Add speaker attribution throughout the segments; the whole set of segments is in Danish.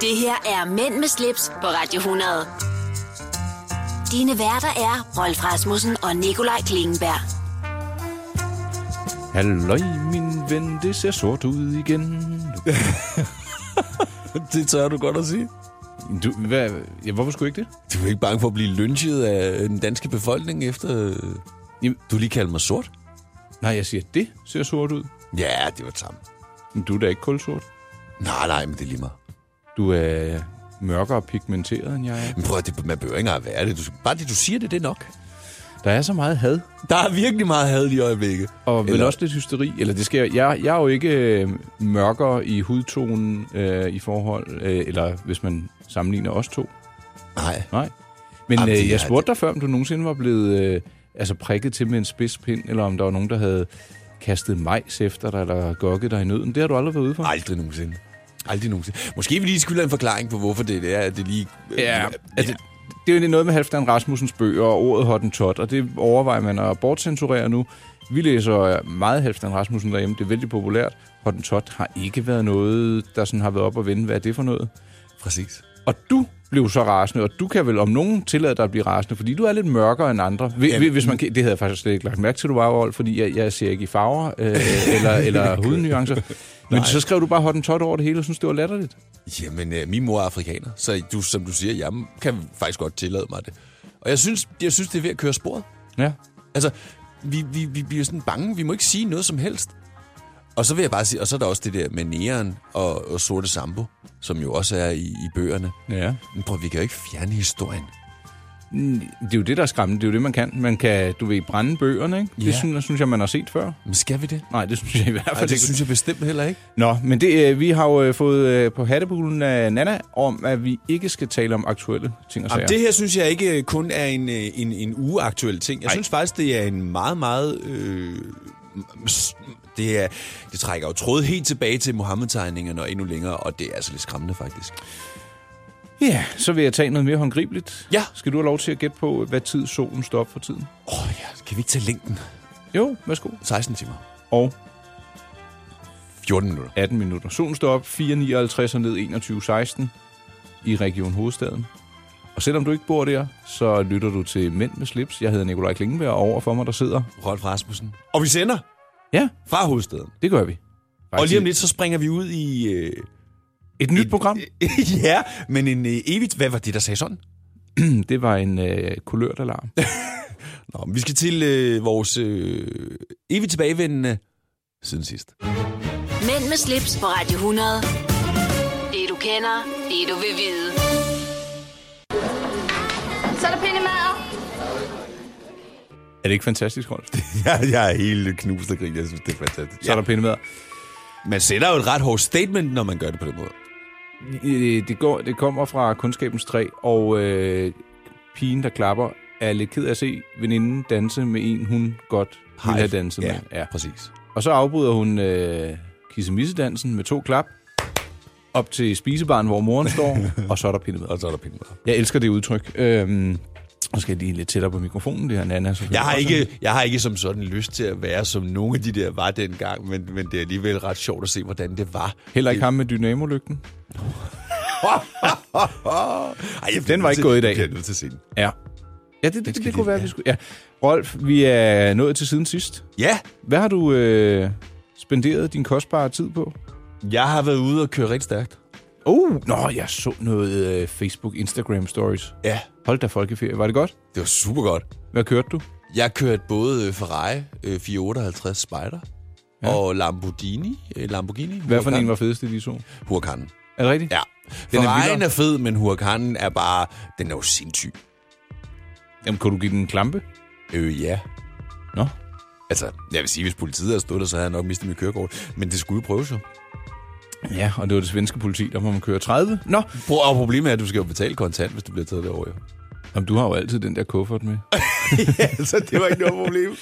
Speaker 1: Det her er Mænd med slips på Radio 100. Dine værter er Rolf Rasmussen og Nikolaj Klingenberg.
Speaker 2: Halløj, min ven, det ser sort ud igen.
Speaker 3: Det tør du godt at sige.
Speaker 2: Du, hvad, ja, hvorfor skulle jeg ikke det?
Speaker 3: Du er ikke bange for at blive lynchet af øh, den danske befolkning efter... øh,
Speaker 2: Jamen-
Speaker 3: Du lige kalder mig sort?
Speaker 2: Nej, jeg siger, det ser sort ud.
Speaker 3: Ja, det var samme.
Speaker 2: Men Du er da ikke kulsort.
Speaker 3: Nej, nej, men det er lige meget.
Speaker 2: Du er mørkere pigmenteret, end jeg er.
Speaker 3: Men prøv at det, man behøver ikke engang at være det. Du, skal- bare det, du siger det, det er nok.
Speaker 2: Der er så meget had,
Speaker 3: Der er virkelig meget had i øjeblikket.
Speaker 2: og vel
Speaker 3: Eller-
Speaker 2: også lidt hysteri. Eller det sker, jeg, jeg er jo ikke øh, mørkere i hudtonen øh, i forhold, øh, eller hvis man sammenligner os to.
Speaker 3: Nej.
Speaker 2: Nej. Men
Speaker 3: Jamen, det
Speaker 2: øh,
Speaker 3: er-
Speaker 2: jeg spurgte dig før, om du nogensinde var blevet øh, altså prikket til med en spidspind, eller om der var nogen, der havde kastet majs efter dig, eller gokket dig i nøden. Det har du aldrig været ude for.
Speaker 3: Aldrig nogensinde. Aldrig nogensinde. Måske vi lige skylder en forklaring på, hvorfor det er, at det lige... Øh,
Speaker 2: Ja, altså, det er jo noget med Halfdan Rasmussens bøger og ordet Hottentot, og det overvejer man at bortcensurere nu. Vi læser meget Halfdan Rasmussen derhjemme, det er vældig populært. Hottentot har ikke været noget, der sådan har været op og vende. Hvad er det for noget?
Speaker 3: Præcis.
Speaker 2: Og du blev så rasende, og du kan vel om nogen tillade dig at blive rasende, fordi du er lidt mørkere end andre. Hvi-
Speaker 3: Jamen.
Speaker 2: Hvis man, kan- det havde jeg faktisk slet ikke lagt mærke til, du var, Rolf, fordi jeg, jeg ser ikke i farver øh, eller, eller hudnuancer. Men så skrev du bare Hottentot over det hele, og synes det var latterligt.
Speaker 3: Jamen, øh, min mor er afrikaner, så du, som du siger, jeg kan faktisk godt tillade mig det. Og jeg synes, jeg synes det er ved at køre sporet.
Speaker 2: Ja.
Speaker 3: Altså, vi, vi, vi bliver sådan bange. Vi må ikke sige noget som helst. Og så vil jeg bare sige, og så er der også det der med næren og, og sorte sambo, som jo også er i, i bøgerne.
Speaker 2: Ja.
Speaker 3: Men prøv, vi kan jo ikke fjerne historien.
Speaker 2: Det er jo det, der er skræmmende. Det er jo det, man kan. Man kan, du ved, brænde bøgerne, ikke?
Speaker 3: Ja.
Speaker 2: Det synes, synes jeg, man har set før.
Speaker 3: Men skal vi det?
Speaker 2: Nej, det synes jeg i hvert fald
Speaker 3: Ej, det
Speaker 2: ikke.
Speaker 3: synes jeg bestemt heller ikke.
Speaker 2: Nå, men det, øh, vi har jo øh, fået øh, på hattebulen af Nana om, at vi ikke skal tale om aktuelle ting og sager.
Speaker 3: Jamen, det her synes jeg ikke øh, kun er en, øh, en, en ugeaktuel ting. Jeg Ej. synes faktisk, det er en meget, meget... Øh, s- det, er, det trækker jo tråd helt tilbage til Mohammed-tegningerne og endnu længere, og det er altså lidt skræmmende faktisk.
Speaker 2: Ja, så vil jeg tage noget mere håndgribeligt.
Speaker 3: Ja.
Speaker 2: Skal du have lov til at gætte på, hvad tid solen står op for tiden?
Speaker 3: Åh oh, ja, kan vi ikke tage længden?
Speaker 2: Jo, værsgo.
Speaker 3: 16 timer.
Speaker 2: Og
Speaker 3: 14 minutter.
Speaker 2: 18 minutter. Solen står op 4.59 og ned 21.16 i Region Hovedstaden. Og selvom du ikke bor der, så lytter du til Mænd med slips. Jeg hedder Nikolaj Klingenberg, og over for mig der sidder...
Speaker 3: Rolf Rasmussen. Og vi sender
Speaker 2: Ja,
Speaker 3: fra hovedstaden.
Speaker 2: det gør vi.
Speaker 3: Og lige om lidt, så springer vi ud i... Øh,
Speaker 2: Et nyt program.
Speaker 3: ja, men en øh, evigt... Hvad var det, der sagde sådan?
Speaker 2: Det var en øh, kulørtalarm.
Speaker 3: Nå, men vi skal til øh, vores øh, evigt tilbagevendende siden sidst.
Speaker 1: Mænd med slips på Radio 100. Det du kender, det du vil vide.
Speaker 4: Så er der pindemad.
Speaker 2: Er det ikke fantastisk, Rolf?
Speaker 3: Jeg, jeg er helt knust og grin. Jeg synes, det er fantastisk.
Speaker 2: Så er der pinde med.
Speaker 3: Man sætter jo et ret hårdt statement, når man gør det på den måde.
Speaker 2: Øh, Det, går, det kommer fra Kundskabens Træ, og øh, pigen, der klapper, er lidt ked af at se veninden danse med en, hun godt ville have danset
Speaker 3: ja,
Speaker 2: med.
Speaker 3: ja, præcis.
Speaker 2: Og så afbryder hun øh, kissemissedansen med to klap op til spisebaren, hvor moren står, og så er der pindet med.
Speaker 3: Og så er der pinde med.
Speaker 2: Jeg elsker det udtryk. Øhm, nu skal jeg lige lidt tættere på mikrofonen, det her Nana. selvfølgelig
Speaker 3: Jeg har,
Speaker 2: også.
Speaker 3: ikke, jeg har ikke som sådan lyst til at være som nogle af de der var dengang, men, men det er alligevel ret sjovt at se, hvordan det var.
Speaker 2: Heller ikke ham med dynamolygten.
Speaker 3: Ej, jeg bliver
Speaker 2: Den var ikke
Speaker 3: nødt til-
Speaker 2: gået i dag.
Speaker 3: Jeg bliver nødt til at se den.
Speaker 2: Ja. Ja, det, det, det,
Speaker 3: skal
Speaker 2: det kunne
Speaker 3: vi-
Speaker 2: være,
Speaker 3: ja.
Speaker 2: vi skulle... Ja. Rolf, vi er nået til siden sidst.
Speaker 3: Ja,
Speaker 2: Hvad har du øh, spenderet din kostbare tid på?
Speaker 3: jeg har været ude og køre rigtig stærkt.
Speaker 2: Oh, nå, jeg så noget øh, Facebook, Instagram stories.
Speaker 3: Ja,
Speaker 2: Hold da folkeferie. Var det godt?
Speaker 3: det var super godt.
Speaker 2: Hvad kørte du?
Speaker 3: Jeg kørte både øh, Ferrari øh, 458 Spider ja. og Lamborghini. øh, Lamborghini
Speaker 2: Hvad for
Speaker 3: Huracan.
Speaker 2: en var fedest i de så?
Speaker 3: Huracanen.
Speaker 2: Er det rigtigt?
Speaker 3: Ja.
Speaker 2: Den er
Speaker 3: Ferrari'en
Speaker 2: vildere.
Speaker 3: er fed, men Huracanen er bare... Den er jo sindssyg.
Speaker 2: Jamen, kunne du give den en klampe?
Speaker 3: Øh, ja.
Speaker 2: Nå.
Speaker 3: Altså, jeg vil sige, hvis politiet havde stået der, så havde jeg nok mistet mit kørekort. Men det skulle jo prøves jo.
Speaker 2: Ja, og det var det svenske politi, der må man køre 30. Nå,
Speaker 3: Pro- Og problemet er, at du skal jo betale kontant, hvis du bliver taget derovre. jo. Øh,
Speaker 2: Jamen, du har jo altid den der kuffert med.
Speaker 3: altså, det var ikke noget problem.
Speaker 2: Nå,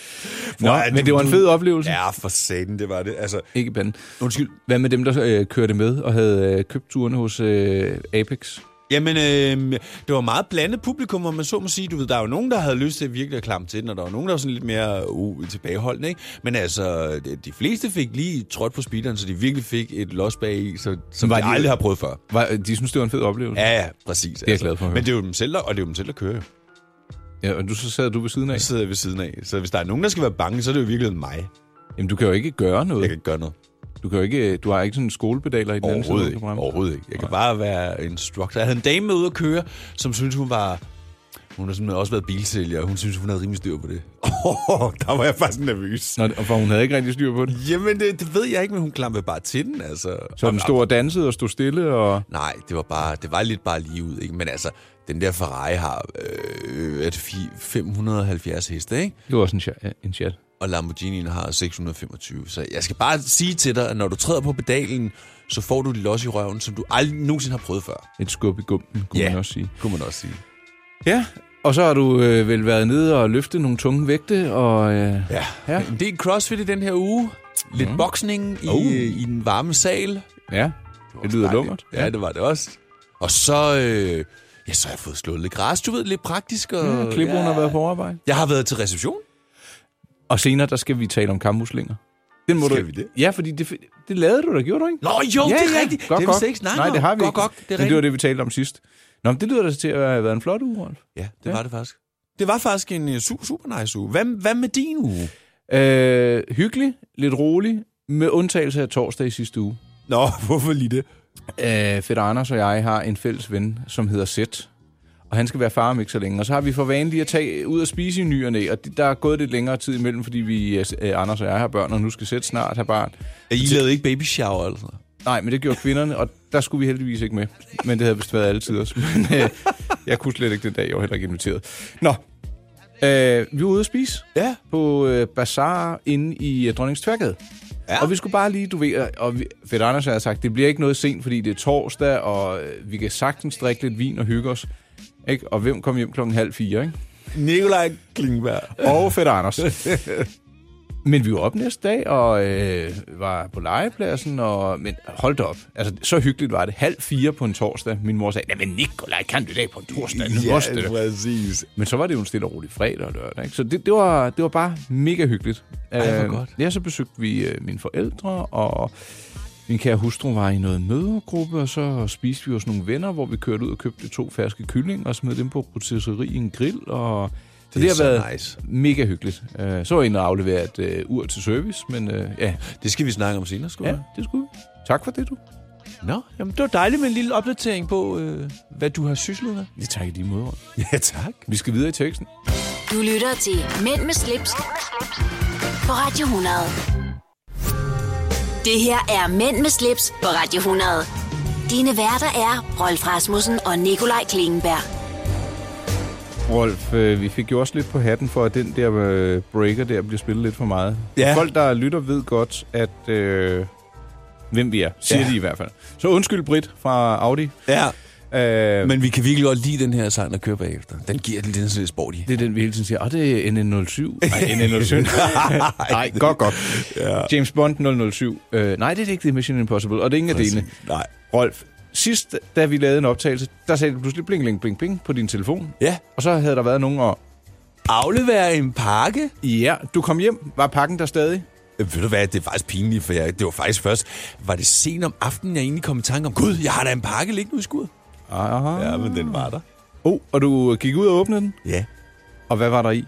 Speaker 3: Hvor er
Speaker 2: men
Speaker 3: du-
Speaker 2: det var en
Speaker 3: du-
Speaker 2: fed oplevelse.
Speaker 3: Ja, for satan, det var det. Altså,
Speaker 2: Ikke i panden.
Speaker 3: undskyld.
Speaker 2: Hvad med dem, der øh, kørte med og havde øh, købt turene hos øh, Apex?
Speaker 3: Jamen, øh, det var meget blandet publikum, om man så må sige. Du ved, der er jo nogen, der havde lyst til at virkelig at klamme til den, og der var nogen, der var sådan lidt mere uh, tilbageholdende, ikke? Men altså, de- de fleste fik lige trådt på speederen, så de virkelig fik et los bag i, så, som
Speaker 2: Var
Speaker 3: de
Speaker 2: de-
Speaker 3: aldrig har prøvet før.
Speaker 2: Var, de synes, det var en fed oplevelse.
Speaker 3: Ja, ja, præcis. Det
Speaker 2: jeg glad for at høre.
Speaker 3: Men det er jo dem selv, der, og det er jo dem selv, der kører. jo.
Speaker 2: ja og du, så sad du ved siden af.
Speaker 3: Jeg sidder ved siden af. Så hvis der er nogen, der skal være bange, så er det jo virkelig mig.
Speaker 2: Jamen, du kan jo ikke gøre
Speaker 3: Jeg
Speaker 2: noget.
Speaker 3: kan ikke gøre noget.
Speaker 2: Du, kan jo ikke, øh, du har ikke sådan en skolepedaler i den anden side.
Speaker 3: Overhovedet
Speaker 2: du kan
Speaker 3: ikke.
Speaker 2: bremse.
Speaker 3: Overhovedet ikke. Jeg kan bare være instructor. Jeg havde en dame med ude at køre, som syntes, hun var... Hun har simpelthen også været bilsælger, og hun synes, hun havde rimelig styr på det. Oh, der var jeg faktisk nervøs.
Speaker 2: Nå, og for hun havde ikke rigtig styr på det.
Speaker 3: Jamen, det, det ved jeg ikke, men hun klampede bare til den, altså.
Speaker 2: Så den stod og dansede og stod stille, og
Speaker 3: Nej, det var bare, det var lidt bare lige ud, ikke? Men altså, den der Ferrari har øh, er det fi- 570 heste, ikke?
Speaker 2: det var også en, cha- en chat.
Speaker 3: Og Lamborghinien har 625. Så jeg skal bare sige til dig, at når du træder på pedalen, så får du et los i røven, som du aldrig nogensinde har prøvet før.
Speaker 2: Et skub i gumpen, kunne man også sige.
Speaker 3: kunne man også sige.
Speaker 2: Ja, og så har du øh, vel været nede og løftet nogle tunge vægte, og øh,
Speaker 3: Ja.
Speaker 2: Ja.
Speaker 3: En del crossfit i den her uge. Lidt mm. boksning i,
Speaker 2: Oh.
Speaker 3: øh, i den varme sal. Det,
Speaker 2: ja, det
Speaker 3: var også
Speaker 2: lyder
Speaker 3: dejligt.
Speaker 2: lummert.
Speaker 3: Ja, det var det også. Og så, øh, ja, så har jeg fået slået lidt græs, du ved, lidt praktisk. Og,
Speaker 2: Ja, Klipbrun har været på arbejde.
Speaker 3: Jeg har været til reception.
Speaker 2: Og senere, der skal vi tale om kammuslinger. Den må
Speaker 3: Skal
Speaker 2: du...
Speaker 3: vi det?
Speaker 2: Ja, fordi det, det lavede du da, gjorde du ikke?
Speaker 3: Nå jo, ja, det er ja. rigtigt.
Speaker 2: Godt,
Speaker 3: det har vi
Speaker 2: godt.
Speaker 3: slet ikke snakket
Speaker 2: Nej, det har vi
Speaker 3: om.
Speaker 2: ikke.
Speaker 3: Godt, godt, det er
Speaker 2: Men det var
Speaker 3: rigtigt.
Speaker 2: det, vi talte om sidst. Nå, men det lyder da til at have været en flot uge, Rolf.
Speaker 3: Ja, det var det faktisk. Det var faktisk en øh, super, super nice uge. Hvad, hvad med din uge?
Speaker 2: Øh, hyggelig, lidt rolig, med undtagelse af torsdag i sidste uge.
Speaker 3: Nå, hvorfor lige det?
Speaker 2: Øh, Fætter Anders og jeg har en fælles ven, som hedder Sæt. Og han skal være far om ikke så længe. Og så har vi for vane lige at tage ud og spise i ny og næ, Og det- der er gået lidt længere tid imellem, fordi vi, øh, Anders og jeg har børn, og nu skal Sæt snart have barn.
Speaker 3: I lavede ikke baby shower, altså?
Speaker 2: Nej, men det gjorde kvinderne, og der skulle vi heldigvis ikke med. Men det havde vist været altid også. Men øh, jeg kunne slet ikke den dag, jeg var heller ikke inviteret. Nå, øh, vi var ude at spise
Speaker 3: Ja.
Speaker 2: på øh, Bazaar inde i øh, Dronningens Tværgade.
Speaker 3: Ja.
Speaker 2: Ja. Og vi skulle bare lige, du ved, og- og vi- Fedt Anders har sagt, det bliver ikke noget sent, fordi det er torsdag, og øh, vi kan sagtens drikke lidt vin og hygge os. Ikke? Og hvem kom hjem klokken halv fire, ikke?
Speaker 3: Nikolaj Klingberg.
Speaker 2: Og Fedt Anders. men vi var op næste dag, og øh, var på legepladsen, og, men hold da op. Altså, så hyggeligt var det. Halv fire på en torsdag. Min mor sagde, men Nikolaj, kan du i dag på en torsdag? Nu ja, det.
Speaker 3: præcis.
Speaker 2: Men så var det jo en stille og rolig fredag og lørdag. Ikke? Så det, det, var, det var bare mega hyggeligt.
Speaker 3: hvor
Speaker 2: Øh,
Speaker 3: godt.
Speaker 2: Ja, så besøgte vi øh, mine forældre, og min kære hustru var i noget mødergruppe, og så spiste vi hos nogle venner, hvor vi kørte ud og købte to ferske kyllinger og smed dem på rotisserie i en grill. Og så
Speaker 3: Det er
Speaker 2: det,
Speaker 3: så
Speaker 2: har været
Speaker 3: nice.
Speaker 2: mega hyggeligt. Øh, så var jeg inde og aflevere et øh, ur til service, men øh, ja,
Speaker 3: Det skal vi snakke om senere, skulle
Speaker 2: ja, det skulle vi. Tak for det, du.
Speaker 3: Nå, jamen, det var dejligt med en lille opdatering på, øh, hvad du har syslet med.
Speaker 2: Det takker de måde.
Speaker 3: Ja, tak.
Speaker 2: Vi skal videre i teksten.
Speaker 1: Du lytter til Mænd med slips, på Radio 100. Det her er Mænd med slips på Radio 100. Dine værter er Rolf Rasmussen og Nikolaj Klingenberg.
Speaker 2: Rolf, øh, vi fik jo også lidt på hatten for, at den der øh, breaker der bliver spillet lidt for meget.
Speaker 3: Ja.
Speaker 2: Folk, der lytter, ved godt, at øh, hvem vi er, siger
Speaker 3: Ja.
Speaker 2: de i hvert fald. Så undskyld, Britt fra Audi. Øh,
Speaker 3: Ja,
Speaker 2: Men
Speaker 3: men vi kan virkelig godt lide den her sang, der kører bagefter. Den giver den lidt sådan lidt sporty.
Speaker 2: det er den, vi hele tiden siger, åh, det er NN07. Nej, NN07. Nej, godt, godt. Ja. James Bond 007. Øh, nej, det er ikke det Mission Impossible, og det er ingen af delene.
Speaker 3: Nej.
Speaker 2: Rolf, sidst, da vi lavede en optagelse, der sagde det pludselig bling, bling, bling, bling på din telefon.
Speaker 3: Ja,
Speaker 2: Og så havde der været nogen, og
Speaker 3: aflevere en pakke.
Speaker 2: ja, du kom hjem, var pakken der stadig?
Speaker 3: Øh, Ved du hvad, det er faktisk pinligt, for jeg, det var faktisk først, var det sent om aftenen, jeg egentlig kom i tanke om, gud, jeg har da en pakke liggende i skuret.
Speaker 2: Aha.
Speaker 3: Ja, men den var der.
Speaker 2: Oh, og du gik ud og åbnede den,
Speaker 3: Ja.
Speaker 2: og hvad var der i?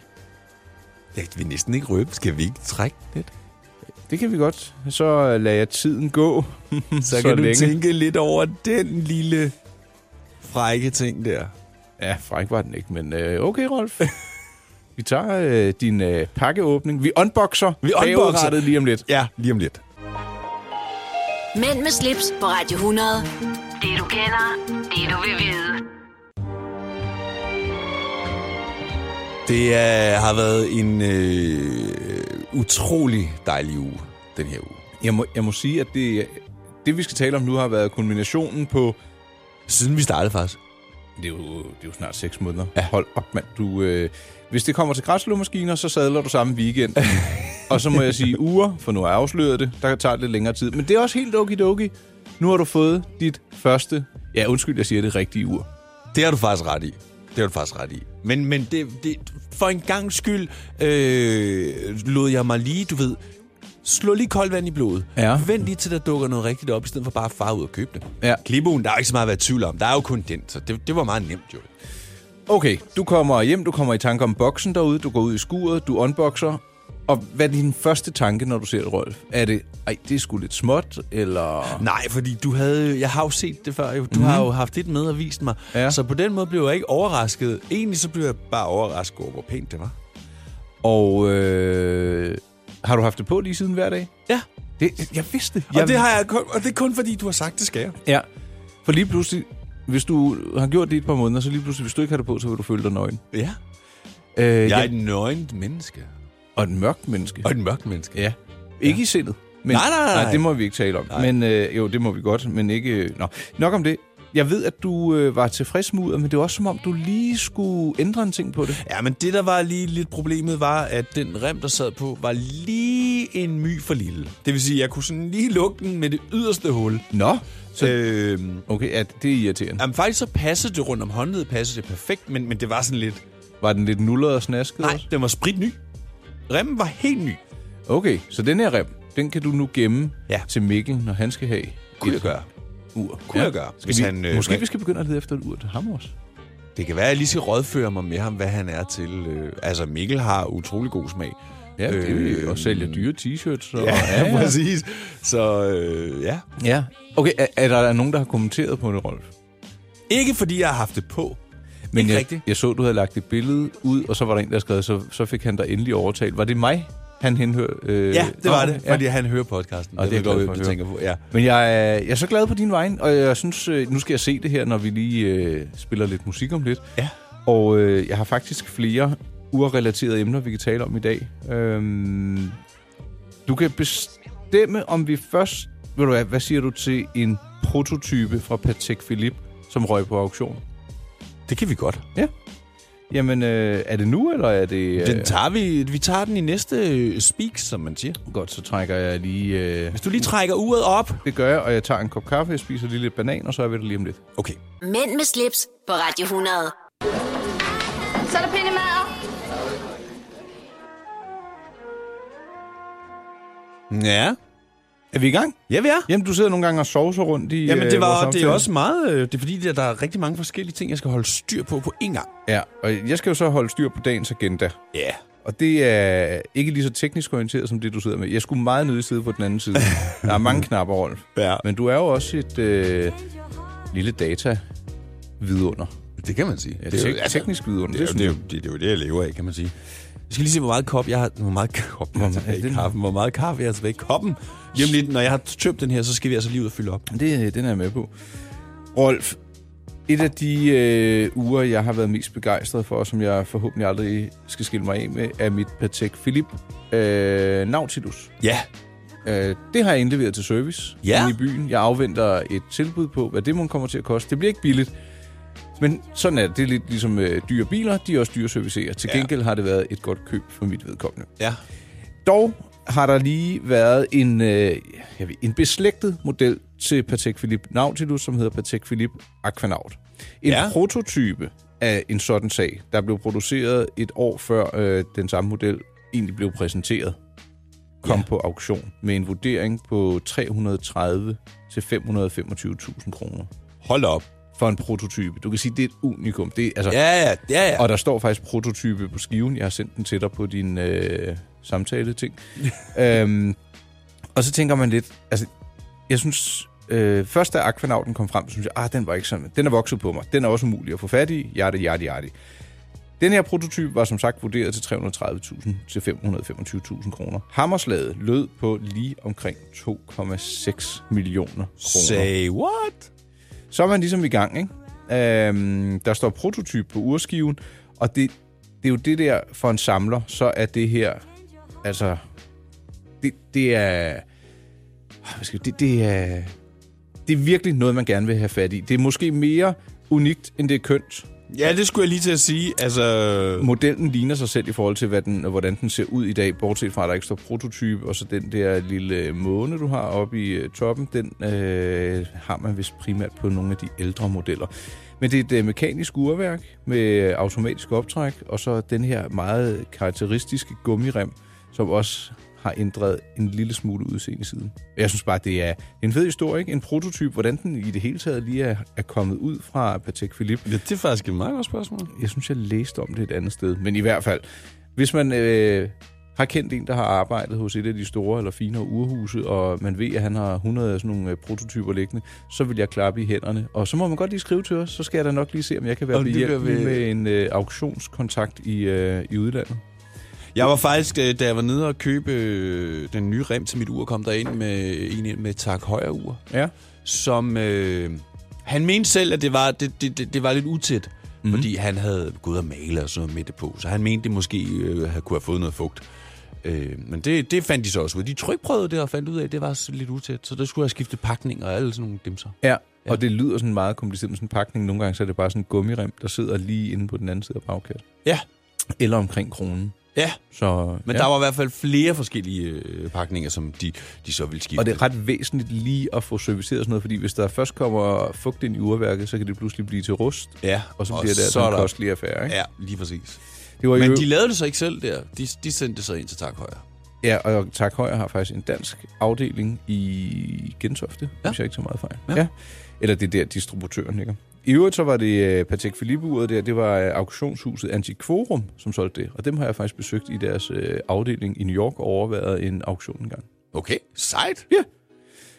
Speaker 3: Jeg vil næsten ikke røbe. Skal vi ikke trække lidt?
Speaker 2: Det kan vi godt. Så øh, lader jeg tiden gå.
Speaker 3: Så, kan du tænke lidt over den lille frække ting der.
Speaker 2: Ja, fræk var den ikke, men øh, okay, Rolf. vi tager øh, din øh, pakkeåbning. Vi unboxer
Speaker 3: Vi unboxer.
Speaker 2: bagudrettet lige om lidt.
Speaker 3: Ja, lige om lidt.
Speaker 1: Mænd med slips på Radio 100. Det du kender, det du vil vide.
Speaker 3: Det er, har været en øh, utrolig dejlig uge, den her uge.
Speaker 2: Jeg må, jeg må sige, at det, det, vi skal tale om nu, har været kulminationen på...
Speaker 3: Siden vi startede faktisk.
Speaker 2: Det er jo, det er jo snart seks måneder. Ja. Hold op, mand. Du, øh, hvis det kommer til græsslåmaskiner, så sadler du samme weekend. og så må jeg sige uger, for nu har jeg afsløret det. Der tager det lidt længere tid. Men det er også helt okidoki. Nu har du fået dit første, ja undskyld, jeg siger det rigtige ur.
Speaker 3: Det har du faktisk ret i. Det har du faktisk ret i. Men, men det, det, for en gang skyld øh, lod jeg mig lige, du ved, slå lige koldt vand i blodet.
Speaker 2: Ja.
Speaker 3: Vent lige til, der dukker noget rigtigt op, i stedet for bare at far ud og købe det.
Speaker 2: Ja.
Speaker 3: Kliboen, der er jo ikke så meget at være i tvivl om. Der er jo kun den, så det, det var meget nemt jo.
Speaker 2: Okay, du kommer hjem, du kommer i tanke om boksen derude, du går ud i skuret, du unboxer. Og hvad er din første tanke, når du ser det, Rolf? Er det, ej, det er sgu lidt småt, eller...
Speaker 3: Nej, fordi du havde, jeg har jo set det før, jo. du mm-hmm. har jo haft det med og vist mig.
Speaker 2: Ja.
Speaker 3: Så på den måde blev jeg ikke overrasket. Egentlig så blev jeg bare overrasket over, hvor pænt det var.
Speaker 2: Og øh, har du haft det på lige siden hver dag?
Speaker 3: Ja,
Speaker 2: Det, jeg vidste
Speaker 3: og, det har jeg kun, og det er kun fordi, du har sagt, det skal jeg.
Speaker 2: Ja, for lige pludselig, hvis du har gjort det i et par måneder, så lige pludselig, hvis du ikke har det på, så vil du føle dig nøgen.
Speaker 3: Ja.
Speaker 2: Øh,
Speaker 3: Jeg er
Speaker 2: ja.
Speaker 3: et nøgent menneske.
Speaker 2: Og et mørkt menneske.
Speaker 3: Og et mørkt menneske.
Speaker 2: Ja. Ikke i sindet. Men,
Speaker 3: Nej, nej, nej.
Speaker 2: nej. det må vi ikke tale om.
Speaker 3: Nej.
Speaker 2: Men øh, jo, det må vi godt, men ikke... Øh, nå. Nok om det. Jeg ved, at du øh, var tilfreds med uret, men det var også som om, du lige skulle ændre en ting på det.
Speaker 3: Ja, men det, der var lige lidt problemet, var, at den rem, der sad på, var lige en my for lille. Det vil sige, jeg kunne sådan lige lukke den med det yderste hul.
Speaker 2: Nå.
Speaker 3: Så,
Speaker 2: Så,
Speaker 3: øhm,
Speaker 2: okay, ja, det er irriterende.
Speaker 3: jamen, faktisk så passede det rundt om håndledet, passede det perfekt, men, men det var sådan lidt...
Speaker 2: Var den lidt nullet og snasket
Speaker 3: Nej,
Speaker 2: også?
Speaker 3: den var spritny. Remmen var helt ny.
Speaker 2: Okay, så den her rem, den kan du nu gemme
Speaker 3: Ja.
Speaker 2: til Mikkel, når han skal have
Speaker 3: Kunne jeg
Speaker 2: et
Speaker 3: gøre.
Speaker 2: ur.
Speaker 3: Kunne jeg gøre.
Speaker 2: Skal
Speaker 3: Hvis
Speaker 2: vi,
Speaker 3: han, øh,
Speaker 2: måske
Speaker 3: hvad-
Speaker 2: vi skal begynde at lede efter et ur til ham også.
Speaker 3: Det kan være, at jeg lige skal rådføre mig med ham, hvad han er til. Øh, altså, Mikkel har utrolig god smag.
Speaker 2: Ja, øh, det er jo, og sælger dyre t-shirts. Og,
Speaker 3: Ja, ja, præcis. Så øh, ja.
Speaker 2: ja. Okay, er, er der nogen, der har kommenteret på det, Rolf?
Speaker 3: Ikke fordi jeg har haft det på.
Speaker 2: Men
Speaker 3: Ikke
Speaker 2: jeg,
Speaker 3: rigtigt.
Speaker 2: jeg så, du havde lagt et billede ud, og så var der en, der havde skrevet, så, så fik han der endelig overtalt. Var det mig, han henhørte? Øh,
Speaker 3: Ja, det
Speaker 2: nå,
Speaker 3: var det,
Speaker 2: ja.
Speaker 3: fordi han hører podcasten.
Speaker 2: Og det er
Speaker 3: ved
Speaker 2: jeg glad
Speaker 3: godt,
Speaker 2: for at
Speaker 3: du
Speaker 2: høre.
Speaker 3: tænker på. Ja.
Speaker 2: Men jeg, er- jeg er så glad på din vej, og jeg synes, øh, nu skal jeg se det her, når vi lige øh, spiller lidt musik om lidt.
Speaker 3: Ja.
Speaker 2: Og øh, jeg har faktisk flere urrelaterede emner, vi kan tale om i dag. Øhm, du kan bestemme, om vi først... Ved du hvad, hvad siger du til en prototype fra Patek Philippe, som røg på auktion?
Speaker 3: Det kan vi godt.
Speaker 2: Jamen, øh, er det nu, eller er det... Øh,
Speaker 3: Den tager vi, vi tager den i næste øh, speak, som man siger.
Speaker 2: Godt, så trækker jeg lige... Øh,
Speaker 3: Hvis du lige trækker uret op.
Speaker 2: det gør jeg, og jeg tager en kop kaffe, jeg spiser lige lidt banan, og så er vi der lige om lidt.
Speaker 3: Okay.
Speaker 1: Mænd med slips på Radio 100.
Speaker 4: Så er der pille mader.
Speaker 3: Ja.
Speaker 2: Er vi i gang?
Speaker 3: Ja, vi er.
Speaker 2: Jamen, du sidder nogle gange og sovser rundt i
Speaker 3: Jamen, det,
Speaker 2: øh, vores
Speaker 3: var, det er
Speaker 2: samtale.
Speaker 3: også meget... øh, Det er fordi, der, der er rigtig mange forskellige ting, jeg skal holde styr på på én gang.
Speaker 2: Ja, og jeg skal jo så holde styr på dagens agenda.
Speaker 3: Ja.
Speaker 2: Og det er ikke lige så teknisk orienteret som det, du sidder med. Jeg skulle meget nødig sidde på den anden side. Der er mange knapper, Rolf.
Speaker 3: Ja.
Speaker 2: Men du er jo også et øh, lille data vidunder.
Speaker 3: Det kan man sige.
Speaker 2: Ja, det er jo, teknisk vidunder.
Speaker 3: Det er, jo, det, er jo, det, er jo det, jeg lever af, kan man sige. Jeg skal lige se, hvor meget kop jeg har, hvor meget kop jeg har
Speaker 2: meget-
Speaker 3: tilbage
Speaker 2: er
Speaker 3: i
Speaker 2: det-
Speaker 3: kaffen. Hvor meget kaffe jeg har tilbage i koppen. Lige om lidt, når jeg har tømt den her, så skal vi altså lige ud og fylde op.
Speaker 2: Det, øh, den er jeg med på. Rolf, et af de øh, uger, jeg har været mest begejstret for, og som jeg forhåbentlig aldrig skal skille mig af med, er mit Patek Philippe øh, Nautilus.
Speaker 3: Ja.
Speaker 2: Øh, det har jeg indleveret til service
Speaker 3: Ja.
Speaker 2: inde i byen. Jeg afventer et tilbud på, hvad det må kommer til at koste. Det bliver ikke billigt, men sådan er det. Det er lidt ligesom øh, dyre biler, de er også dyre servicerer. Til
Speaker 3: Ja.
Speaker 2: gengæld har det været et godt køb for mit vedkommende.
Speaker 3: Ja.
Speaker 2: Dog har der lige været en, øh, jeg ved, en beslægtet model til Patek Philippe Nautilus, som hedder Patek Philippe Aquanaut. En
Speaker 3: Ja.
Speaker 2: ja. prototype af en sådan sag, der blev produceret et år før øh, den samme model egentlig blev præsenteret, kom
Speaker 3: Ja.
Speaker 2: ja. på auktion med en vurdering på 330 til 525.000 kroner
Speaker 3: Hold op.
Speaker 2: for en prototype. Du kan sige, det er et unikum. Det er, altså,
Speaker 3: Ja, ja, ja. ja.
Speaker 2: og der står faktisk prototype på skiven. Jeg har sendt den til dig på din øh, samtale-ting. øhm, og så tænker man lidt... Altså, jeg synes... Øh, først da Aquanauten kom frem, så synes jeg, ah, den var ikke sådan. Den er vokset på mig. Den er også umulig at få fat i. Yada, yada, yada. Den her prototype var som sagt vurderet til 330.000 til 525.000 kroner. Hammerslaget lød på lige omkring 2,6 millioner kroner.
Speaker 3: Say what?
Speaker 2: Så er man ligesom i gang, ikke? Øhm, der står prototyp på urskiven, og det, det er jo det der for en samler, så er det her, altså, det, det er, ah, hvad skal jeg- det, det er, det er virkelig noget, man gerne vil have fat i. Det er måske mere unikt, end det er kønt,
Speaker 3: Ja, det skulle jeg lige til at sige. Altså,
Speaker 2: Øh, Modellen ligner sig selv i forhold til, hvad den, hvordan den ser ud i dag, bortset fra, at der ikke står prototype, og så den der lille måne, du har oppe i øh, toppen, den øh, har man vist primært på nogle af de ældre modeller. Men det er et øh, mekanisk urværk med automatisk optræk, og så den her meget karakteristiske gummirem, som også har ændret en lille smule udseende siden. Jeg synes bare, det er en fed historie, ikke? en prototype, hvordan den i det hele taget lige er, er kommet ud fra Patek Philippe.
Speaker 3: ja, det er faktisk et meget godt spørgsmål.
Speaker 2: Jeg synes, jeg læste om det et andet sted. Men i hvert fald, hvis man øh, har kendt en, der har arbejdet hos et af de store eller finere urhuse, og man ved, at han har 100 af sådan nogle øh, prototyper liggende, så vil jeg klappe i hænderne. Og så må man godt lige skrive til os, så skal jeg da nok lige se, om jeg kan være
Speaker 3: Om det
Speaker 2: behjælpelig
Speaker 3: bliver ved-
Speaker 2: med en øh, auktionskontakt i, øh, i udlandet.
Speaker 3: Jeg var faktisk, øh, da jeg var nede og købe øh, den nye rem til mit ur, kom der ind med en ind med tak højre ur,
Speaker 2: Ja.
Speaker 3: som øh, han mente selv, at det var, det, det, det, det var lidt utæt,
Speaker 2: Mhm.
Speaker 3: mm. fordi han havde gået og malet og sådan noget midt det på, så han mente, det måske øh, havde kunne have fået noget fugt. Øh, men det, det fandt de så også ud af. De trykprøvede det og fandt ud af, at det var så lidt utæt, så der skulle jeg skifte pakning og alle sådan nogle dimser.
Speaker 2: Ja, og det lyder sådan meget kompliceret med sådan en pakning. Nogle gange så er det bare sådan en gummirem, der sidder lige inde på den anden side af bagkastet.
Speaker 3: Ja,
Speaker 2: Eller omkring kronen.
Speaker 3: ja.
Speaker 2: Så,
Speaker 3: Men
Speaker 2: ja.
Speaker 3: ja. der var i hvert fald flere forskellige øh, pakninger, som de, de så ville skifte.
Speaker 2: Og det er ret væsentligt lige at få serviceret sådan noget, fordi hvis der først kommer fugt ind i urværket, så kan det pludselig blive til rust,
Speaker 3: Ja,
Speaker 2: og så
Speaker 3: og
Speaker 2: bliver det
Speaker 3: så
Speaker 2: altså
Speaker 3: er
Speaker 2: en
Speaker 3: der-
Speaker 2: kostelig affære. Ikke?
Speaker 3: Ja, lige præcis.
Speaker 2: Det var
Speaker 3: Men
Speaker 2: jo,
Speaker 3: de lavede det så ikke selv der. De, de sendte det så ind til Tak Højer.
Speaker 2: ja, og Tak Højer har faktisk en dansk afdeling i Gentofte, ja. hvis jeg ikke tager meget fejl. Ja. ja. Eller det er der, distributøren ligger. I øvrigt så var det uh, Patek Philippe-uret der, det var uh, auktionshuset Antiquorum, som solgte det. Og dem har jeg faktisk besøgt i deres uh, afdeling i New York og overværet en auktion engang.
Speaker 3: Okay, sejt.
Speaker 2: Ja,
Speaker 3: Det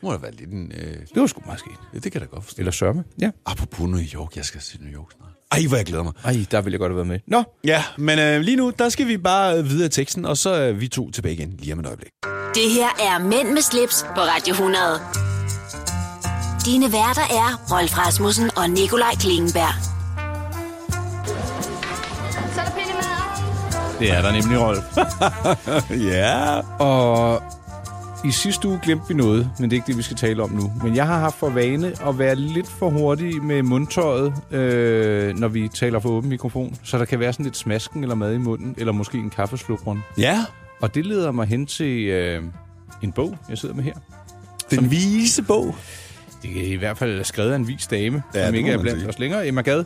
Speaker 3: må da være lidt en... Øh,
Speaker 2: det var sgu meget skægt.
Speaker 3: ja, det kan jeg da godt forstå.
Speaker 2: Eller Sørme, ja.
Speaker 3: Apropos New York, jeg skal til New York snart. Ej, hvor jeg glæder mig.
Speaker 2: Ej, der ville jeg godt have været med. Nå,
Speaker 3: Ja, men øh, lige nu, der skal vi bare øh, videre i teksten, og så er vi to tilbage igen lige om et øjeblik.
Speaker 1: Det her er Mænd med slips på Radio 100. Dine værter er Rolf Rasmussen og Nikolaj Klingenberg.
Speaker 4: Så er der pillemad.
Speaker 2: det er der nemlig, Rolf.
Speaker 3: ja.
Speaker 2: Og i sidste uge glemte vi noget, men det er ikke det, vi skal tale om nu. Men jeg har haft for vane at være lidt for hurtig med mundtøjet, øh, når vi taler for åben mikrofon. Så der kan være sådan lidt smasken eller mad i munden, eller måske en kaffeslubron.
Speaker 3: Ja.
Speaker 2: Og det leder mig hen til øh, en bog, jeg sidder med her.
Speaker 3: Den vise bog.
Speaker 2: Det er i hvert fald skrevet af en vis dame,
Speaker 3: Ja,
Speaker 2: ja, som
Speaker 3: det
Speaker 2: ikke
Speaker 3: må
Speaker 2: er
Speaker 3: man
Speaker 2: blandt
Speaker 3: sige.
Speaker 2: os længere, Emma Gad.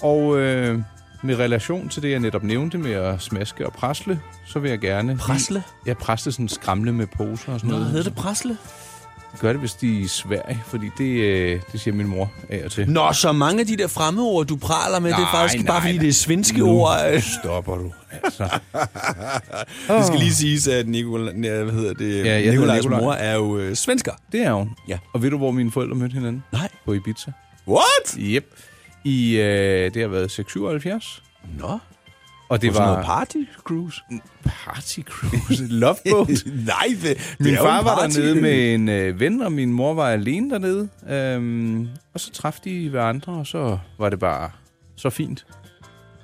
Speaker 2: Og øh, med relation til det, jeg netop nævnte med at smaske og prasle, så vil jeg gerne...
Speaker 3: Prasle?
Speaker 2: Ja, prasle sådan skramle med poser og sådan
Speaker 3: Nå,
Speaker 2: noget.
Speaker 3: hedder det Prasle?
Speaker 2: gør det, hvis de er i Sverige, fordi det, øh, det siger min mor af og til.
Speaker 3: Nå, så mange af de der fremmedord, du praler med, nej, det er
Speaker 2: Nej,
Speaker 3: faktisk nej,
Speaker 2: nej,
Speaker 3: bare, fordi
Speaker 2: nej.
Speaker 3: det er svenske
Speaker 2: Nu
Speaker 3: ord. øh.
Speaker 2: stopper du. Altså.
Speaker 3: Det skal lige siges, at Nicolaj, hvad hedder det,
Speaker 2: Ja, jeg hedder
Speaker 3: Nicolajs
Speaker 2: Nicolaj.
Speaker 3: mor er jo øh, svensker.
Speaker 2: Det er hun.
Speaker 3: Ja.
Speaker 2: Og ved du, hvor mine forældre mødte hinanden?
Speaker 3: Nej.
Speaker 2: På Ibiza.
Speaker 3: What?
Speaker 2: Yep. I, øh, det har været 677.
Speaker 3: Nå.
Speaker 2: Og det
Speaker 3: Det var
Speaker 2: var...
Speaker 3: noget party cruise.
Speaker 2: party cruise. Love boat.
Speaker 3: Nej, det, det
Speaker 2: Min
Speaker 3: er jo
Speaker 2: far
Speaker 3: en
Speaker 2: var
Speaker 3: party.
Speaker 2: dernede med en øh, ven, og min mor var alene dernede. Øhm, og så træffede de hverandre, og så var det bare så fint.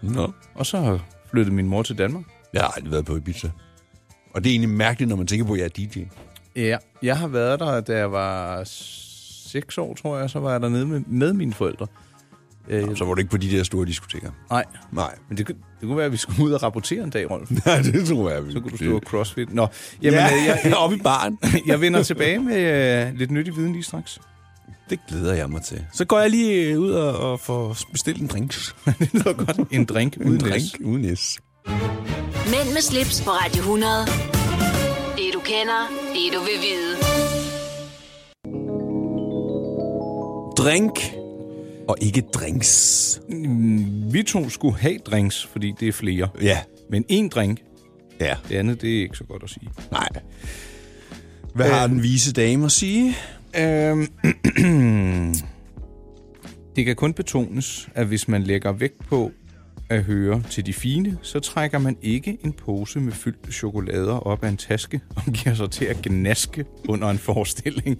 Speaker 3: Nå.
Speaker 2: Og så flyttede min mor til Danmark.
Speaker 3: Jeg har aldrig været på Ibiza. Og det er egentlig mærkeligt, når man tænker på, at jeg er DJ.
Speaker 2: Ja, jeg har været der, da jeg var 6 år, tror jeg, så var jeg dernede med, med mine forældre. Øh,
Speaker 3: Så var det ikke på de der store diskoteker.
Speaker 2: nej,
Speaker 3: Nej.
Speaker 2: men det, kunne- det kunne være, at vi skulle ud og rapportere en dag, Rolf.
Speaker 3: Nej, det tror jeg.
Speaker 2: Så kunne du stå og crossfit. Nå,
Speaker 3: Jamen,
Speaker 2: jamen,
Speaker 3: ja,
Speaker 2: øh, jeg,
Speaker 3: jeg, oppe i baren.
Speaker 2: jeg vender tilbage med øh, lidt nyttig viden lige straks.
Speaker 3: Det glæder jeg mig til. Så går jeg lige øh, ud og, og får bestilt en drinks.
Speaker 2: det lyder godt. En drink uden drink.
Speaker 3: uden is.
Speaker 1: Mænd med slips på Radio 100. Det du kender, det du vil vide.
Speaker 3: Drink og ikke drinks.
Speaker 2: Vi to skulle have drinks, fordi det er flere.
Speaker 3: Ja.
Speaker 2: Men en drink,
Speaker 3: Ja.
Speaker 2: det andet, det er ikke så godt at sige.
Speaker 3: Nej. Hvad øh. har den vise dame at sige?
Speaker 2: Øhm, det kan kun betones, at hvis man lægger vægt på at høre til de fine, så trækker man ikke en pose med fyldte chokolader op af en taske og giver sig til at gnaske under en forestilling.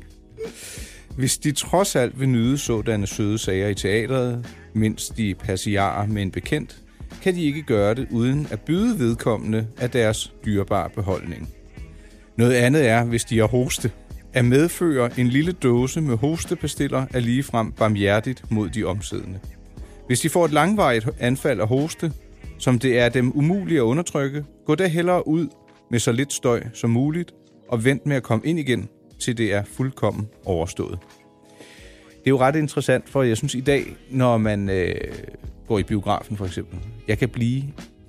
Speaker 2: Hvis de trods alt vil nyde sådanne søde sager i teatret, mens de passiarer med en bekendt, kan de ikke gøre det uden at byde vedkommende af deres dyrebare beholdning. Noget andet er, hvis de har hoste. At medføre en lille dåse med hostepastiller er ligefrem barmhjertigt mod de omsiddende. Hvis de får et langvarigt anfald af hoste, som det er dem umuligt at undertrykke, gå da hellere ud med så lidt støj som muligt, og vent med at komme ind igen, til det er fuldkommen overstået. Det er jo ret interessant, for jeg synes i dag, når man øh, går i biografen for eksempel, jeg kan blive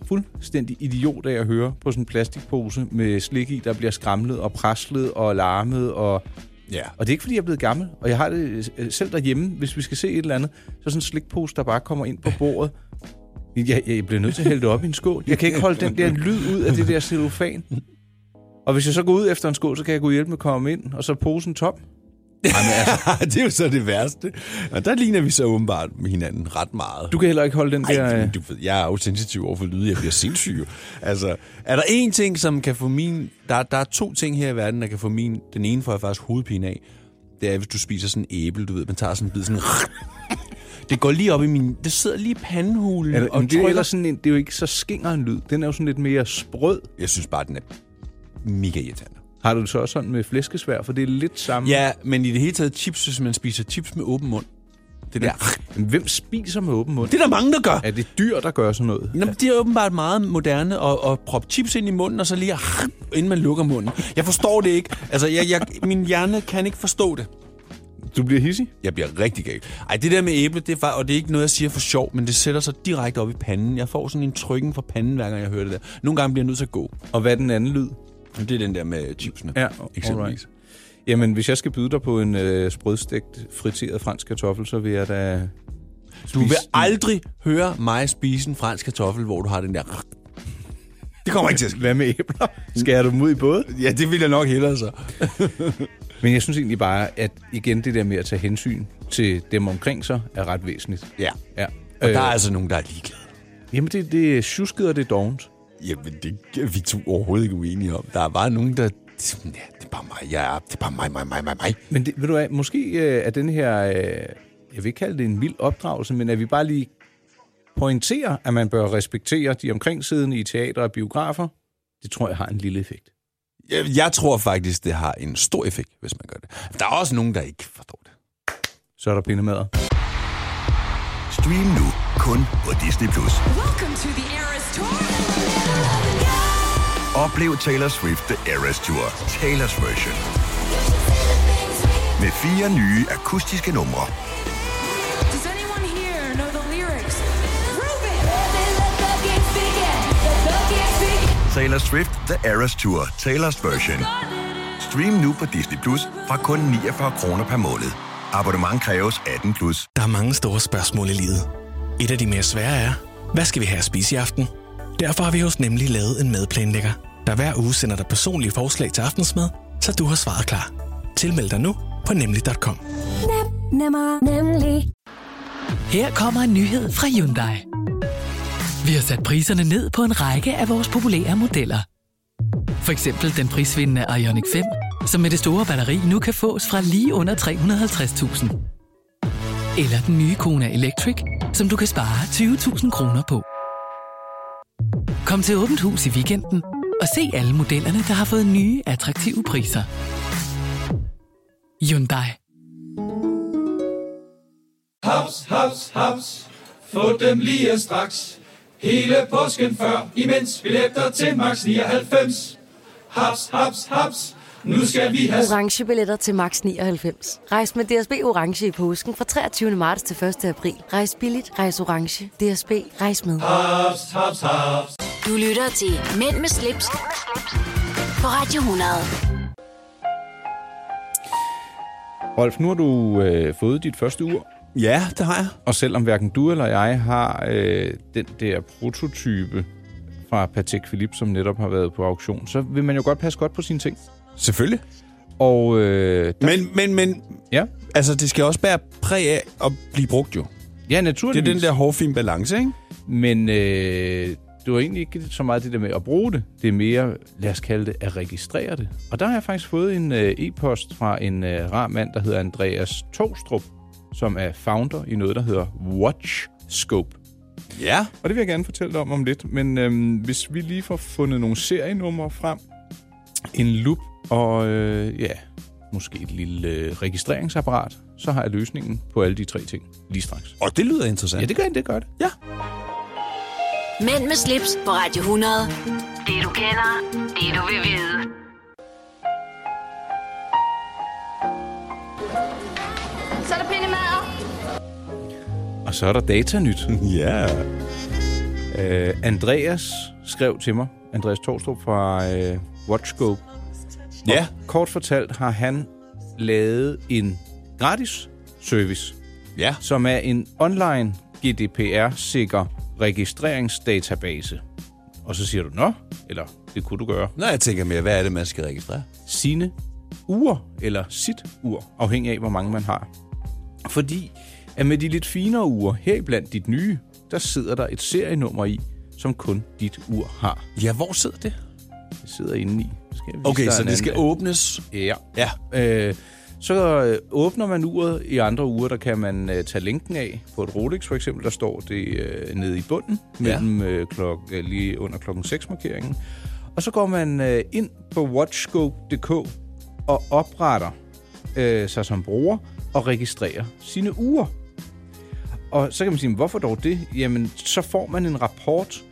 Speaker 2: fuldstændig idiot af at høre på sådan en plastikpose med slik i, der bliver skramlet og preslet og larmet og
Speaker 3: Ja.
Speaker 2: og det er ikke, fordi jeg er blevet gammel. Og jeg har det øh, selv derhjemme, hvis vi skal se et eller andet, så er sådan en slikpose, der bare kommer ind på bordet. Jeg, jeg bliver nødt til at hælde det op i en skål. Jeg kan ikke holde den der lyd ud af det der cellofan. Og hvis jeg så går ud efter en skål, så kan jeg gå hjælpe med at komme ind, og så er posen tom.
Speaker 3: Ah, det er jo så det værste. Og der ligner vi så åbenbart med hinanden ret meget.
Speaker 2: Du kan heller ikke holde den
Speaker 3: Ej,
Speaker 2: der...
Speaker 3: men
Speaker 2: øh,
Speaker 3: du ved, jeg er jo sensitiv over for lyde, jeg bliver sindssyg. jo. altså, er der én ting, som kan få min... Der, der er to ting her i verden, der kan få min... Den ene får jeg faktisk hovedpine af. Det er, hvis du spiser sådan en æble, du ved, man tager sådan en bid sådan... Det går lige op i min... Det sidder lige i pandehulen
Speaker 2: Eller,
Speaker 3: og
Speaker 2: men det, er
Speaker 3: trykker-
Speaker 2: ellers sådan en, det er jo ikke så skinger en lyd. Den er jo sådan lidt mere sprød.
Speaker 3: Jeg synes bare, den er mega irriterende.
Speaker 2: Har du det så også sådan med flæskesvær? For det er lidt samme.
Speaker 3: Ja, men i det hele taget chips, hvis man spiser chips med åben mund. Det der...
Speaker 2: Men Hvem spiser med åben mund?
Speaker 3: Det er der mange, der gør.
Speaker 2: Er det dyr, der gør sådan noget?
Speaker 3: Nå, men det er åbenbart meget moderne at, at proppe chips ind i munden, og så lige, inden man lukker munden. Jeg forstår det ikke. Altså, jeg, jeg, min hjerne kan ikke forstå det.
Speaker 2: Du bliver hissig?
Speaker 3: Jeg bliver rigtig gal. Ej, det der med æble, det er, fa- og det er ikke noget, jeg siger for sjov, men det sætter sig direkte op i panden. Jeg får sådan en trykken fra panden, hver gang jeg hører det der. Nogle gange bliver jeg nødt til at gå.
Speaker 2: Og hvad er den anden lyd?
Speaker 3: Det er den der med chipsene,
Speaker 2: Ja,
Speaker 3: eksempelvis.
Speaker 2: alright. Jamen, hvis jeg skal byde dig på en øh, sprødstegt, friteret fransk kartoffel, så vil jeg da...
Speaker 3: Du vil
Speaker 2: Spis den.
Speaker 3: aldrig høre mig spise en fransk kartoffel, hvor du har den der... Det kommer ikke til at ske.
Speaker 2: Hvad med æbler? Skærer du dem ud i både?
Speaker 3: Ja, det vil jeg nok hellere så.
Speaker 2: Men jeg synes egentlig bare, at igen det der med at tage hensyn til dem omkring sig, er ret væsentligt.
Speaker 3: Ja.
Speaker 2: Ja. Øh,
Speaker 3: Og der er altså nogen, der er ligeglade.
Speaker 2: Jamen, det, det er sjusket og det er dovent.
Speaker 3: Jamen, det er vi to overhovedet ikke uenige om. Der er bare nogen, der... Ja, det er bare mig. Ja, det er bare mig, mig, mig, mig, mig.
Speaker 2: Men det, ved du hvad, måske øh, er den her... Øh, jeg vil ikke kalde det en vild opdragelse, men at vi bare lige pointerer, at man bør respektere de omkringsiddende i teater og biografer, det tror jeg har en lille effekt.
Speaker 3: Jeg, jeg tror faktisk, det har en stor effekt, hvis man gør det. Der er også nogen, der ikke forstår det.
Speaker 2: Så er der pindemader.
Speaker 5: Stream nu kun på Disney+. Plus.
Speaker 6: Welcome to the Eras Tour.
Speaker 5: Oplev Taylor Swift The Eras Tour, Taylor's version. Med fire nye akustiske numre.
Speaker 6: Does anyone here know the lyrics?
Speaker 5: Taylor Swift The Eras Tour, Taylor's version. Stream nu på Disney Plus fra kun 49 kroner per måned. Abonnement kræves 18 plus.
Speaker 7: Der er mange store spørgsmål i livet. Et af de mere svære er, hvad skal vi have at spise i aften? Derfor har vi hos Nemlig lavet en madplanlægger, der hver uge sender dig personlige forslag til aftensmad, så du har svaret klar. Tilmeld dig nu på nemlig.com.
Speaker 8: Her kommer en nyhed fra Hyundai. Vi har sat priserne ned på en række af vores populære modeller. For eksempel den prisvindende Ioniq 5, som med det store batteri nu kan fås fra lige under 350.000. Eller den nye Kona Electric, som du kan spare 20.000 kroner på. Kom til Åbent Hus i weekenden og se alle modellerne, der har fået nye, attraktive priser. Hyundai.
Speaker 9: Haps, haps, haps. Få dem lige straks. Hele påsken før, imens billetter til max 99. Haps, haps, haps. Nu skal vi have
Speaker 10: Orange billetter til max 99. Rejs med DSB Orange i påsken fra 23. marts til 1. april. Rejs billigt, rejs orange. DSB, rejs med.
Speaker 9: haps, haps, haps.
Speaker 1: Du lytter til Mænd med slips, Mænd med slips. på Radio 100.
Speaker 2: Rolf, nu har du øh, fået dit første ur,
Speaker 3: Ja, det har jeg.
Speaker 2: og selvom hverken du eller jeg har øh, den der prototype fra Patek Philippe, som netop har været på auktion, så vil man jo godt passe godt på sine ting.
Speaker 3: Selvfølgelig.
Speaker 2: Og øh,
Speaker 3: Men, men, men...
Speaker 2: ja,
Speaker 3: Altså, det skal også bære præg af at blive brugt jo.
Speaker 2: ja,
Speaker 3: Det er
Speaker 2: naturligvis.
Speaker 3: den der hårfin balance, ikke?
Speaker 2: Men øh, det var egentlig ikke så meget det der med at bruge det. Det er mere, lad os kalde det, at registrere det. Og der har jeg faktisk fået en øh, e-post fra en øh, rar mand, der hedder Andreas Tostrup, som er founder i noget, der hedder Watch Scope.
Speaker 3: Ja.
Speaker 2: Og det vil jeg gerne fortælle dig om om lidt, men øhm, hvis vi lige får fundet nogle serienumre frem, en loop og øh, ja, måske et lille øh, registreringsapparat, så har jeg løsningen på alle de tre ting lige straks.
Speaker 3: Og det lyder interessant.
Speaker 2: Ja, det gør det. Gør det.
Speaker 3: Ja.
Speaker 1: Mænd med slips på Radio 100. Det du kender, det du vil vide.
Speaker 4: Så er der pille mad.
Speaker 2: Og så er der datanyt.
Speaker 3: Ja.
Speaker 2: Øh, Andreas skrev til mig, Andreas Torstrup fra øh, Watchscope.
Speaker 3: Ja.
Speaker 2: Kort fortalt har han lavet en gratis service,
Speaker 3: Ja.
Speaker 2: som er en online GDPR-sikker registreringsdatabase. Og så siger du, nå, eller det kunne du gøre,
Speaker 3: Når jeg tænker mere, hvad er det, man skal registrere?
Speaker 2: sine ur, eller sit ur, afhængig af, hvor mange man har. Fordi at med de lidt finere ure, heriblandt dit nye, der sidder der et serienummer i, som kun dit ur har.
Speaker 3: Ja, hvor sidder det?
Speaker 2: Det sidder inde i. Det Skal jeg vise
Speaker 3: Okay,
Speaker 2: dig
Speaker 3: så
Speaker 2: en
Speaker 3: det
Speaker 2: anden
Speaker 3: skal
Speaker 2: dag.
Speaker 3: åbnes.
Speaker 2: Ja.
Speaker 3: Ja.
Speaker 2: Øh, så øh, åbner man uret. I andre uger, der kan man øh, tage linken af. På et Rolex for eksempel, der står det øh, nede i bunden,
Speaker 3: Ja.
Speaker 2: mellem, øh, klok, øh, lige under klokken 6-markeringen. Og så går man øh, ind på watchscope.dk og opretter øh, sig som bruger og registrerer sine uger. Og så kan man sige, hvorfor dog det? Jamen, så får man en rapport,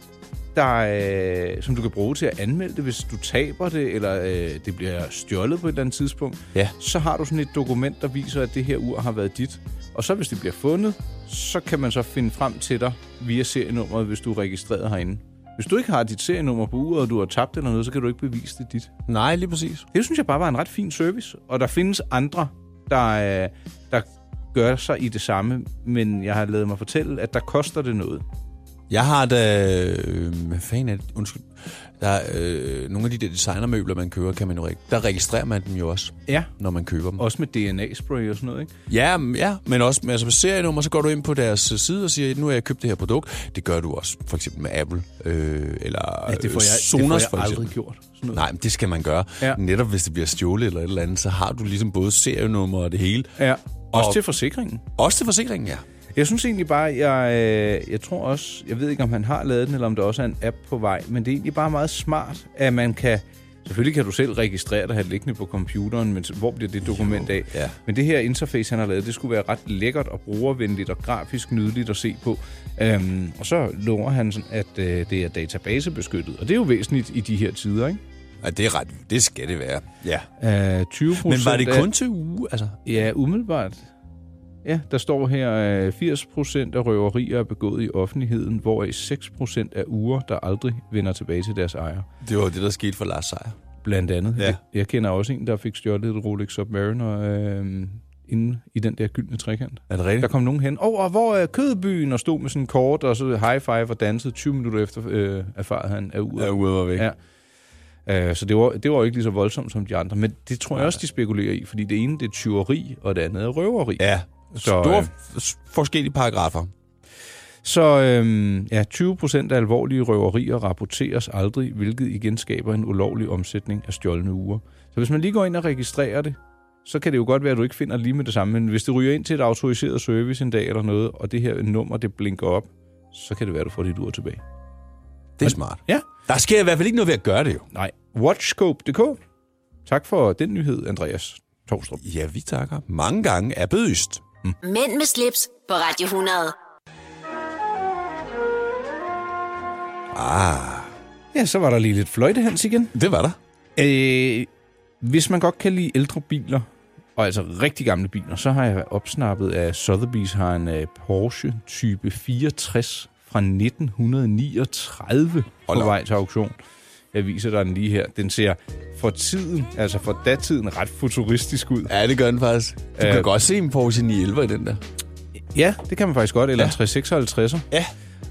Speaker 2: der, øh, som du kan bruge til at anmelde det, hvis du taber det, eller øh, det bliver stjålet på et eller andet tidspunkt.
Speaker 3: Ja.
Speaker 2: Så har du sådan et dokument, der viser, at det her ur har været dit. Og så hvis det bliver fundet, så kan man så finde frem til dig via serienummeret, hvis du er registreret herinde. Hvis du ikke har dit serienummer på uret, og du har tabt det eller noget, så kan du ikke bevise det er dit.
Speaker 3: Nej, lige præcis.
Speaker 2: Det synes jeg bare var en ret fin service, og der findes andre, der, øh, der gør sig i det samme, men jeg har lavet mig fortælle, at der koster det noget.
Speaker 3: Jeg har da... Øh, hvad fanden er det? Undskyld. Der er, øh, nogle af de der designermøbler, man køber, kan man jo ikke. Der registrerer man dem jo også,
Speaker 2: Ja,
Speaker 3: når man køber dem.
Speaker 2: også med DNA-spray og sådan noget, ikke?
Speaker 3: Ja, men- ja, men også med altså med serienummer, så går du ind på deres øh, side og siger, nu har jeg købt det her produkt. Det gør du også, for eksempel med Apple, øh, eller
Speaker 2: Ja, det får
Speaker 3: øh,
Speaker 2: jeg,
Speaker 3: Sonos,
Speaker 2: det får jeg
Speaker 3: for eksempel.
Speaker 2: aldrig gjort. Sådan noget.
Speaker 3: Nej, men det skal man gøre.
Speaker 2: Ja.
Speaker 3: Ja. Netop hvis det bliver stjålet eller et eller andet, så har du ligesom både serienummer og det hele.
Speaker 2: Ja. Også
Speaker 3: Og-
Speaker 2: til forsikringen.
Speaker 3: Også til forsikringen, ja.
Speaker 2: Jeg synes egentlig bare, jeg, øh, jeg tror også, jeg ved ikke, om han har lavet den, eller om der også er en app på vej, men det er egentlig bare meget smart, at man kan, selvfølgelig kan du selv registrere dig have det liggende på computeren, men hvor bliver det dokument af?
Speaker 3: ja.
Speaker 2: Men det her interface, han har lavet, det skulle være ret lækkert og brugervenligt og grafisk nydeligt at se på. Øhm, og så lover han, sådan, at øh, det er databasebeskyttet, og det er jo væsentligt i de her tider, ikke?
Speaker 3: ja. det er ret. Det skal det være. Ja.
Speaker 2: Øh, 20
Speaker 3: Men var det
Speaker 2: af-
Speaker 3: kun til uge? Altså,
Speaker 2: Ja, umiddelbart. Ja, der står her, øh, 80% af røverier er begået i offentligheden, hvoraf 6% er uger, der aldrig vender tilbage til deres ejer.
Speaker 3: det var jo det, der skete for Lars Seier.
Speaker 2: Blandt andet.
Speaker 3: Ja.
Speaker 2: Jeg, jeg kender også en, der fik stjålet et Rolex Submariner øh, inde i den der gyldne trekant.
Speaker 3: Er det
Speaker 2: Der
Speaker 3: rigtigt?
Speaker 2: kom nogen hen, oh, og hvor er kødbyen? Og stod med sådan en kort, og så high five og dansede. 20 minutter efter øh, erfarede han af uret.
Speaker 3: Ja, ude var væk.
Speaker 2: Ja. Øh, Så det var, det var jo ikke lige så voldsomt som de andre, men det tror jeg også, de spekulerer i, fordi det ene det er tyveri, og det andet er røveri.
Speaker 3: ja.
Speaker 2: Så,
Speaker 3: Store
Speaker 2: øh,
Speaker 3: f- forskellige paragrafer.
Speaker 2: Så øhm, ja, 20 procent af alvorlige røverier rapporteres aldrig, hvilket igen skaber en ulovlig omsætning af stjålne uger. Så hvis man lige går ind og registrerer det, så kan det jo godt være, at du ikke finder det lige med det samme, men hvis det ryger ind til et autoriseret service en dag eller noget, og det her nummer det blinker op, så kan det være, at du får dit ur tilbage.
Speaker 3: Det er smart.
Speaker 2: Ja.
Speaker 3: Der sker i hvert fald ikke noget ved at gøre det jo.
Speaker 2: Nej. Watchscope.dk. Tak for den nyhed, Andreas Torstrup.
Speaker 3: Ja, vi takker. Mange gange er bødøst.
Speaker 1: Mænd med slips på Radio 100.
Speaker 3: Ah,
Speaker 2: Ja, så var der lige lidt fløjtehans igen.
Speaker 3: det var der.
Speaker 2: Øh, hvis man godt kan lide ældre biler, og altså rigtig gamle biler, så har jeg opsnappet, at Sotheby's har en øh, Porsche Type 64 fra 1939 på
Speaker 3: Hold da op.
Speaker 2: vej til auktion. Jeg viser dig den lige her. Den ser for tiden, altså for datiden, ret futuristisk ud.
Speaker 3: Ja, det gør den faktisk. Du kan
Speaker 2: Øh.
Speaker 3: godt se en Porsche 911 i den der.
Speaker 2: Ja, det kan man faktisk godt. Eller
Speaker 3: Ja.
Speaker 2: en 356'er.
Speaker 3: Ja.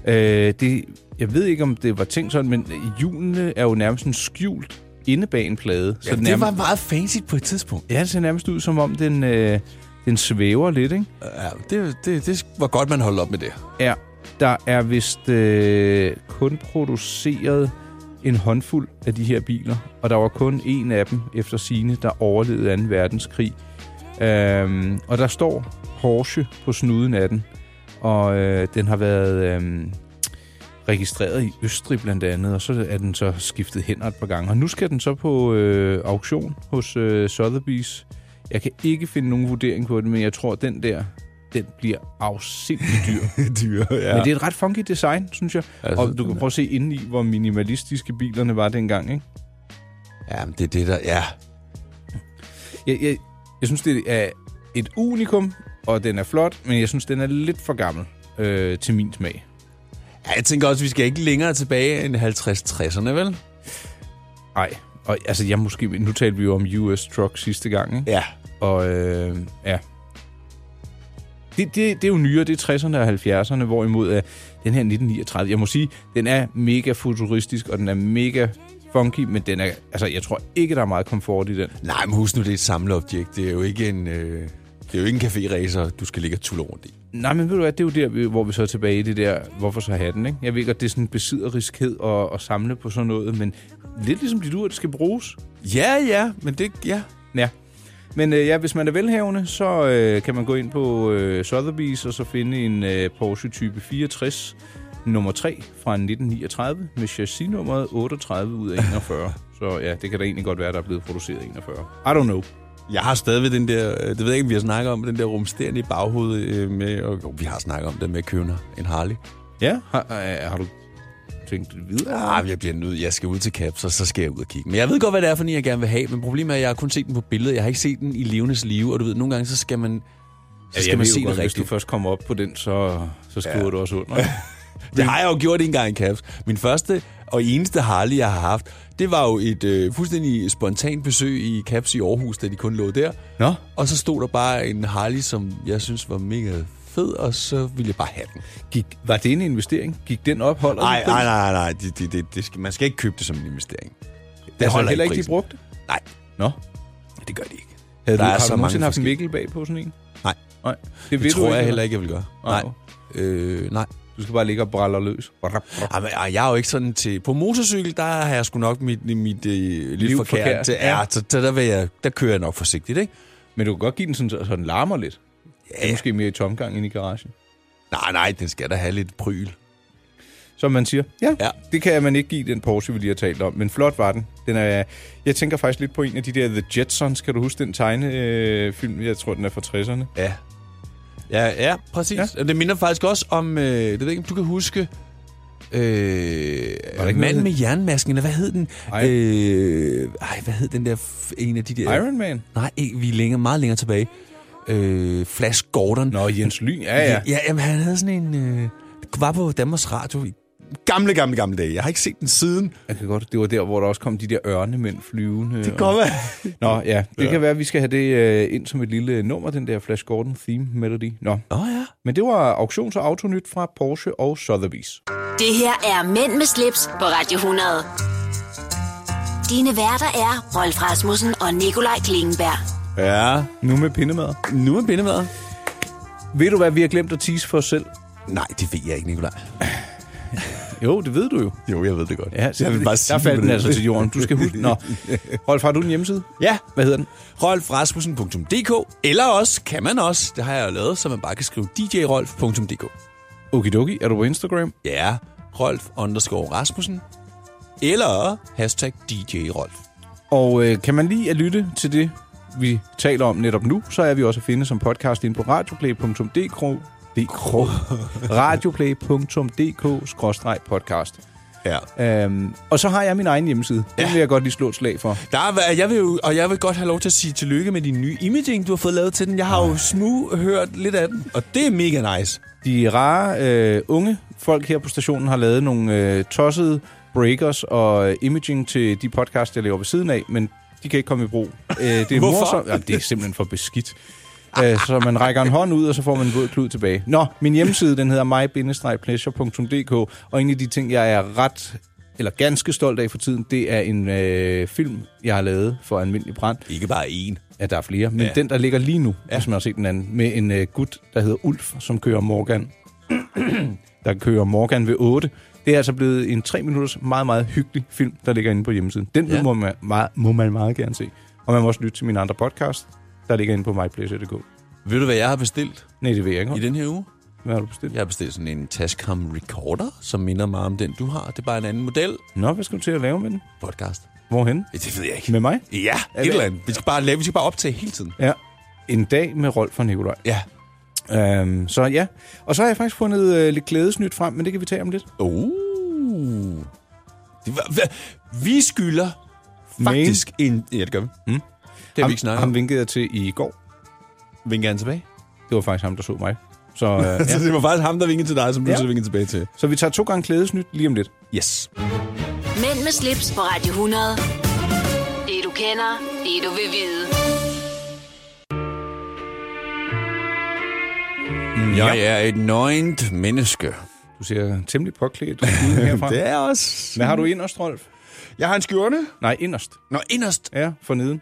Speaker 2: Øh, det, jeg ved ikke, om det var tænkt sådan, men hjulene er jo nærmest en skjult inde bag en plade. Så
Speaker 3: Ja,
Speaker 2: den
Speaker 3: det
Speaker 2: nærmest-
Speaker 3: var meget fancy på et tidspunkt.
Speaker 2: Ja, det ser nærmest ud, som om den, øh, den svæver lidt, ikke?
Speaker 3: Ja, det, det, det var godt, man holdt op med det.
Speaker 2: Ja. Der er vist øh, kun produceret en håndfuld af de her biler, og der var kun en af dem efter sine, der overlevede 2. verdenskrig. Øhm, og der står Porsche på snuden af den, og øh, den har været øh, registreret i Østrig blandt andet, og så er den så skiftet hænder et par gange. Og nu skal den så på øh, auktion hos øh, Sotheby's Jeg kan ikke finde nogen vurdering på det, men jeg tror, den der, den bliver afsindelig dyr.
Speaker 3: dyr, ja.
Speaker 2: Men det er et ret funky design, synes jeg. Altså, og du kan prøve at se indeni, hvor minimalistiske bilerne var dengang, ikke?
Speaker 3: Jamen, det er det, der... Ja.
Speaker 2: Jeg, jeg, jeg synes, det er et unikum, og den er flot, men jeg synes, den er lidt for gammel øh, til min smag.
Speaker 3: ja jeg tænker også, vi skal ikke længere tilbage end 50-60'erne, vel?
Speaker 2: Nej, og altså, jeg måske... Nu talte vi jo om US Truck sidste gang, ikke?
Speaker 3: Ja.
Speaker 2: Og øh, ja. Det, det, det er jo nyere, det er 60'erne og 70'erne, hvorimod øh, den her 1939, jeg må sige, den er mega futuristisk, og den er mega funky, men den er, altså, jeg tror ikke, der er meget komfort i den.
Speaker 3: Nej, men husk nu, det er et samleobjekt. Det er jo ikke en... Øh, det er jo ikke en café-racer, du skal ligge og tulle rundt i.
Speaker 2: Nej, men ved du hvad, det er jo der, vi- hvor vi så er tilbage i det der, hvorfor så have den, ikke? Jeg ved godt, det er sådan en besidderiskhed at, at samle på sådan noget, men lidt ligesom dit ur, det skal bruges.
Speaker 3: Ja, ja, men det... Ja.
Speaker 2: Ja. Men øh, ja, hvis man er velhavende, så øh, kan man gå ind på øh, Sotheby's og så finde en øh, Porsche type 64 nummer 3 fra 1939 med chassis-nummeret 38 ud af 41. så ja, det kan da egentlig godt være, der er blevet produceret 41. I don't know.
Speaker 3: Jeg har stadigvæk den der, øh, det ved jeg ikke, om vi har snakket om, den der rumsterende i baghovedet øh, med, og jo, vi har snakket om det med Køner, en Harley.
Speaker 2: Ja, har, øh, har du tænkt videre?
Speaker 3: Ah, jeg bliver nødt, jeg skal ud til Caps, og så skal jeg ud og kigge. Men jeg ved godt, hvad det er for en, jeg gerne vil have, men problemet er, at jeg har kun set den på billedet, jeg har ikke set den i levendes live, og du ved, nogle gange, så skal man, så skal
Speaker 2: jeg
Speaker 3: man
Speaker 2: ved jo
Speaker 3: se
Speaker 2: godt,
Speaker 3: den
Speaker 2: Hvis du
Speaker 3: rigtigt.
Speaker 2: først kommer op på den, så, så skriver ja. du også under.
Speaker 3: Det har jeg jo gjort en gang i Caps. Min første og eneste Harley, jeg har haft, det var jo et øh, fuldstændig spontant besøg i Caps i Aarhus, da de kun lå der.
Speaker 2: Nå.
Speaker 3: Og så stod der bare en Harley, som jeg synes var mega fed, og så ville jeg bare have den.
Speaker 2: Gik, var det en investering? Gik den op? Holder
Speaker 3: Nej,
Speaker 2: den?
Speaker 3: nej, nej, nej. Det, det, det, det skal, man skal ikke købe det som en investering. Det
Speaker 2: Det altså, heller ikke de brugte?
Speaker 3: Nej,
Speaker 2: Nå.
Speaker 3: det gør de ikke.
Speaker 2: Havde
Speaker 3: Der
Speaker 2: du,
Speaker 3: er
Speaker 2: har
Speaker 3: så
Speaker 2: du nogensinde
Speaker 3: mange
Speaker 2: haft en
Speaker 3: forskellige.
Speaker 2: Mikkel bag på sådan en?
Speaker 3: Nej,
Speaker 2: Nej.
Speaker 3: det, det
Speaker 2: du
Speaker 3: tror jeg heller
Speaker 2: eller?
Speaker 3: ikke, jeg vil gøre.
Speaker 2: Nej.
Speaker 3: Nej. Øh, nej.
Speaker 2: Du skal bare ligge og braller løs.
Speaker 3: Ej, Ah, men, ej, jeg er jo ikke sådan til... På motorcykel, der har jeg sgu nok mit, mit øh,
Speaker 2: Liv
Speaker 3: liv forkert.
Speaker 2: forkert,
Speaker 3: Ja,
Speaker 2: ja.
Speaker 3: så, så der, vil jeg, der kører jeg nok forsigtigt, ikke?
Speaker 2: Men du kan godt give den sådan, så så den larmer lidt. Ja. Det er måske mere i tomgang end i garagen.
Speaker 3: Nej, nej, den skal da have lidt pryl.
Speaker 2: Som man siger. Ja, ja,
Speaker 3: Ja.
Speaker 2: det kan man ikke give den Porsche, vi lige har talt om. Men flot var den. den er, jeg tænker faktisk lidt på en af de der The Jetsons. Kan du huske den tegnefilm? jeg tror, den er fra 60'erne.
Speaker 3: Ja. Ja, ja, præcis.
Speaker 2: Ja.
Speaker 3: Ja. Og det minder faktisk også om... Øh, det ved jeg ikke, om du kan huske... Øh,
Speaker 2: ikke
Speaker 3: mand
Speaker 2: noget-
Speaker 3: med jernmasken, eller hvad hed den?
Speaker 2: Ej.
Speaker 3: Øh, ej, hvad hed den der... f- En af de der...
Speaker 2: Iron Man.
Speaker 3: Nej, ikke- vi er længere, meget længere tilbage. Øh, Flash Gordon.
Speaker 2: Nå, Jens Lyn. Ja, ja.
Speaker 3: ja jamen, han havde sådan en... Øh, var på Danmarks Radio i gamle, gamle, gamle dage. Jeg har ikke set den siden.
Speaker 2: Jeg kan godt, det var der, hvor der også kom de der ørnemænd flyvende. Det
Speaker 3: være.
Speaker 2: Nå, ja. Det ja. kan være, at vi skal have det øh, ind som et lille nummer, den der Flash Gordon theme melody. Nå.
Speaker 3: Nå ja.
Speaker 2: Men det var auktions- og autonyt fra Porsche og Sotheby's.
Speaker 1: Det her er Mænd med slips på Radio 100. Dine værter er Rolf Rasmussen og Nikolaj Klingenberg.
Speaker 3: Ja,
Speaker 2: Nu med pindemad.
Speaker 3: nu er bindemaden.
Speaker 2: Ved du, hvad vi har glemt at tease for os selv?
Speaker 3: Nej, det ved jeg ikke, Nikolaj.
Speaker 2: Jo, det ved du jo.
Speaker 3: Jo, jeg ved det godt.
Speaker 2: Ja, så
Speaker 3: jeg vil bare sige
Speaker 2: der faldt
Speaker 3: det.
Speaker 2: den altså til jorden. Du skal huske... Nå. Rolf, har du en hjemmeside?
Speaker 3: Ja,
Speaker 2: Hvad hedder den?
Speaker 3: rolfrasmussen.dk, eller også kan man også, det har jeg jo lavet, så man bare kan skrive djrolf.dk.
Speaker 2: Okidoki, er du på Instagram?
Speaker 3: Ja, Rolf underscore Rasmussen, eller hashtag djrolf.
Speaker 2: Og øh, kan man lige at lytte til det, vi taler om netop nu, så er vi også at finde som podcast inde på radioplay.dk dk radioplay.dk-podcast.
Speaker 3: Ja.
Speaker 2: Øhm, og så har jeg min egen hjemmeside. Den
Speaker 3: Ja.
Speaker 2: vil jeg godt lige slå et slag for.
Speaker 3: Der er, jeg vil jo, og jeg vil godt have lov til at sige tillykke med din nye imaging, du har fået lavet til den. Jeg har jo smug hørt lidt af den, og det er mega nice.
Speaker 2: De rare øh, unge folk her på stationen har lavet nogle øh, tossede breakers og øh, imaging til de podcast, jeg laver ved siden af, men de kan ikke komme i brug. Øh, det er
Speaker 3: Hvorfor?
Speaker 2: morsomt. Jamen, det er simpelthen for beskidt. Øh, så man rækker en hånd ud, og så får man en våd klud tilbage. Nå, min hjemmeside, den hedder my-pleasure.dk, og en af de ting, jeg er ret eller ganske stolt af for tiden, det er en øh, film, jeg har lavet for Almindelig Brand.
Speaker 3: Ikke bare en.
Speaker 2: Ja, der er flere, men ja.
Speaker 3: Ja.
Speaker 2: den, der ligger lige nu, ja. hvis man har set den anden, med en uh, gut, der hedder Ulf, som kører Morgan. der kører Morgan ved 8. Det er altså blevet en 3 minutters meget, meget hyggelig film, der ligger inde på hjemmesiden. Den ja.
Speaker 3: Ja.
Speaker 2: må, man meget, må man meget gerne se. Og man må også lytte til min andre podcast, der ligger inde på myplace.dk.
Speaker 3: Ved du, hvad jeg har bestilt
Speaker 2: Nej, det ved jeg ikke.
Speaker 3: i den her uge?
Speaker 2: Hvad har du bestilt? Ja.
Speaker 3: Jeg har bestilt sådan en Tascam Recorder, som minder meget om den, du har. Det er bare en anden model.
Speaker 2: Nå, hvad skal du til at lave med den?
Speaker 3: Podcast.
Speaker 2: Hvorhen?
Speaker 3: Det ved jeg ikke.
Speaker 2: Med mig?
Speaker 3: Ja, et eller andet. Vi skal bare, lave, vi skal bare optage hele tiden.
Speaker 2: Ja. En dag med Rolf og Nikolaj.
Speaker 3: Ja.
Speaker 2: Øhm, så ja. Og så har jeg faktisk fundet øh, lidt glædesnyt frem, men det kan vi tage om lidt.
Speaker 3: Uh. Det var, hva- vi skylder faktisk en... Ja, det gør vi. Mm. Det har vi ikke snakket
Speaker 2: Ham
Speaker 3: om.
Speaker 2: vinkede jeg til i går.
Speaker 3: Vinker han tilbage?
Speaker 2: Det var faktisk ham, der så mig. Så, øh, ja.
Speaker 3: Så det var faktisk ham, der vinkede til dig, som du
Speaker 2: Ja.
Speaker 3: så vinkede tilbage til.
Speaker 2: så vi tager to gange glædesnyt lige om lidt.
Speaker 3: Yes.
Speaker 1: Mænd med slips på Radio 100. Det du kender, det du vil vide.
Speaker 3: Jeg er et nøgent menneske.
Speaker 2: Du ser temmelig påklædt ud herfra.
Speaker 3: Det er også...
Speaker 2: Hvad har du inderst, Rolf?
Speaker 3: Jeg har en skjorte.
Speaker 2: Nej, inderst.
Speaker 3: Nå, inderst.
Speaker 2: Ja, for neden.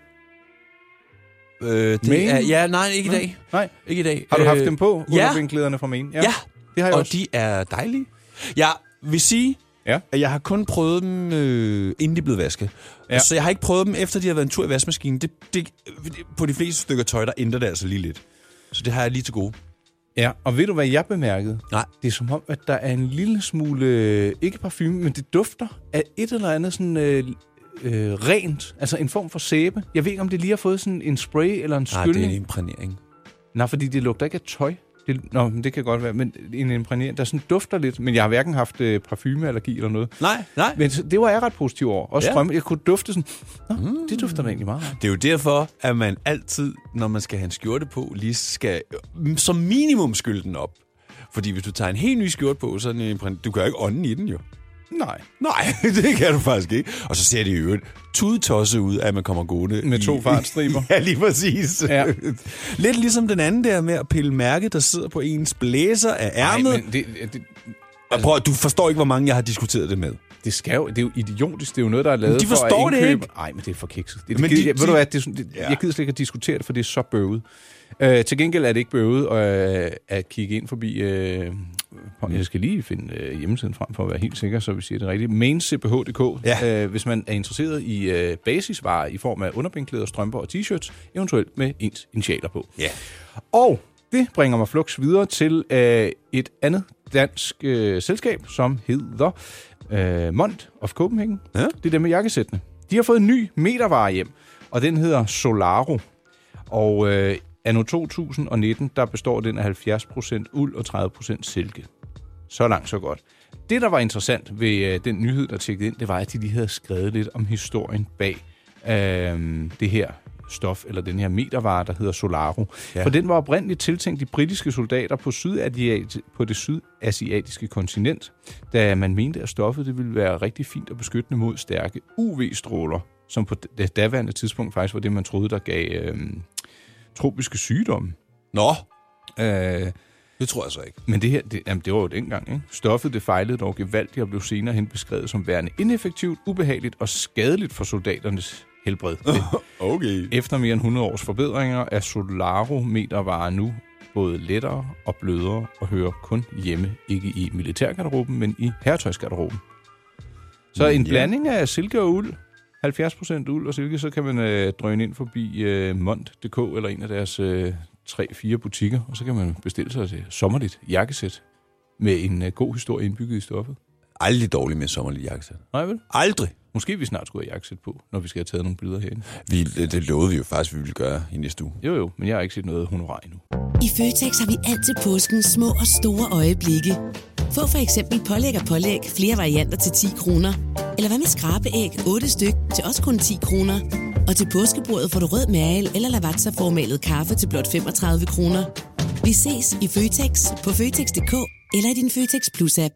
Speaker 3: Øh, det
Speaker 2: Men-
Speaker 3: er, ja, nej, ikke i dag.
Speaker 2: Nej.
Speaker 3: Ikke i dag.
Speaker 2: Har du haft
Speaker 3: Øh,
Speaker 2: dem på?
Speaker 3: Ja,
Speaker 2: Undervinklæderne fra men?
Speaker 3: ja.
Speaker 2: Det har jeg
Speaker 3: og
Speaker 2: også.
Speaker 3: de er dejlige. Jeg vil sige,
Speaker 2: Ja.
Speaker 3: at jeg har kun prøvet dem, øh, inden de blev vasket.
Speaker 2: Ja.
Speaker 3: Ja. Så jeg har ikke prøvet dem, efter de har været en tur i vaskemaskinen. Det, det, på de fleste stykker tøj, der ændrer det altså lige lidt. Så det har jeg lige til gode.
Speaker 2: Ja, og ved du, hvad jeg bemærkede?
Speaker 3: Nej.
Speaker 2: Det er som om, at der er en lille smule, øh, ikke parfume, men det dufter af et eller andet sådan øh, øh, rent, altså en form for sæbe. Jeg ved ikke, om det lige har fået sådan en spray eller en
Speaker 3: Nej, Ah, det er
Speaker 2: skyldning.
Speaker 3: en
Speaker 2: Nej,
Speaker 3: imprægnering.
Speaker 2: Nej fordi det lugter ikke af tøj. Det, nå, men det kan godt være, men en imprægnering, der sådan dufter lidt, men jeg har hverken haft øh, parfumeallergi eller noget.
Speaker 3: Nej, nej.
Speaker 2: Men så- det var jeg ret positiv over. Også
Speaker 3: Ja.
Speaker 2: ja. strømme. Jeg kunne dufte sådan, nå, mm. det dufter da egentlig meget. rart."
Speaker 3: Det er jo derfor, at man altid, når man skal have en skjorte på, lige skal øh, som minimum skylde den op. Fordi hvis du tager en helt ny skjorte på, så er den imprægneret. Du kan jo ikke ånden i den jo.
Speaker 2: Nej.
Speaker 3: Nej, det kan du faktisk ikke. Og så ser det jo et tudetosse ud, at man kommer gående.
Speaker 2: Med
Speaker 3: i-
Speaker 2: to fartstriber.
Speaker 3: ja, lige præcis.
Speaker 2: Ja.
Speaker 3: Lidt ligesom den anden der med at pille mærke, der sidder på ens blæser af
Speaker 2: Nej,
Speaker 3: ærmet. Ej,
Speaker 2: men det, det,
Speaker 3: men... Prøv, at- du forstår ikke, hvor mange jeg har diskuteret det med.
Speaker 2: Det, skal jo, det er jo idiotisk. Det er jo noget, der er lavet
Speaker 3: de
Speaker 2: for
Speaker 3: forstår
Speaker 2: at
Speaker 3: det
Speaker 2: indkøbe.
Speaker 3: ikke.
Speaker 2: Nej, men det er for kikset. Det, det,
Speaker 3: Men
Speaker 2: men
Speaker 3: de-
Speaker 2: de, ved
Speaker 3: de-
Speaker 2: du hvad, det, er sådan- det,
Speaker 3: Ja.
Speaker 2: ja. jeg gider slet ikke at diskutere det, for det er så bøvet. Øh, til gengæld er det ikke bøvet øh, at kigge ind forbi... Øh, prøv, jeg skal lige finde øh, hjemmesiden frem for at være helt sikker, så vi siger det rigtigt. Maincph.dk.
Speaker 3: Ja.
Speaker 2: Øh, hvis man er interesseret i øh, basisvarer i form af underbindklæder, strømper og t-shirts, eventuelt med ens initialer på.
Speaker 3: Ja.
Speaker 2: Og det bringer mig flux videre til øh, et andet dansk øh, selskab, som hedder øh, Mont of Copenhagen.
Speaker 3: Ja.
Speaker 2: Det er dem med jakkesættene. De har fået en ny metervare hjem, og den hedder Solaro. Og øh, anno 2019, der består den af 70% uld og 30% silke. Så langt, så godt. Det, der var interessant ved øh, den nyhed, der tjekkede ind, det var, at de lige havde skrevet lidt om historien bag øh, det her stof, eller den her metervare, der hedder Solaro.
Speaker 3: Ja.
Speaker 2: Ja. For den var oprindeligt tiltænkt de britiske soldater på, sydasiat, på det sydasiatiske kontinent, da man mente, at stoffet det ville være rigtig fint og beskyttende mod stærke UV-stråler, som på det daværende tidspunkt faktisk var det, man troede, der gav øh, tropiske sygdomme.
Speaker 3: Nå,
Speaker 2: Øh,
Speaker 3: det tror jeg så ikke.
Speaker 2: men det her, det, jamen, det var jo dengang, ikke? Stoffet det fejlede dog gevaldigt og blev senere hen beskrevet som værende ineffektivt, ubehageligt og skadeligt for soldaternes helbred.
Speaker 3: Okay.
Speaker 2: Efter mere end 100 års forbedringer er Solaro-metervarer nu både lettere og blødere og hører kun hjemme, ikke i militærgarderoben, men i herretøjsgarderoben. Så en
Speaker 3: Ja.
Speaker 2: blanding af silke og uld, 70% uld og silke, så kan man øh, drøne ind forbi øh, mont.dk eller en af deres øh, 3-4 butikker, og så kan man bestille sig et sommerligt jakkesæt med en øh, god historie indbygget i stoffet.
Speaker 3: Aldrig dårlig med sommerlig jakkesæt.
Speaker 2: Nej vel?
Speaker 3: Aldrig.
Speaker 2: Måske vi snart skulle have jakkesæt på, når vi skal have taget nogle billeder herinde.
Speaker 3: Vi, det det lovede vi jo faktisk, vi ville gøre i næste uge.
Speaker 2: Jo jo, men jeg har ikke set noget honorar endnu.
Speaker 11: I Føtex har vi altid påsken små og store øjeblikke. Få for eksempel pålæg og pålæg flere varianter til 10 kroner. Eller hvad med skrabeæg 8 styk til også kun 10 kroner. Og til påskebordet får du rød mal eller lavatserformalet kaffe til blot 35 kroner. Vi ses i Føtex på Føtex.dk eller i din Føtex Plus-app.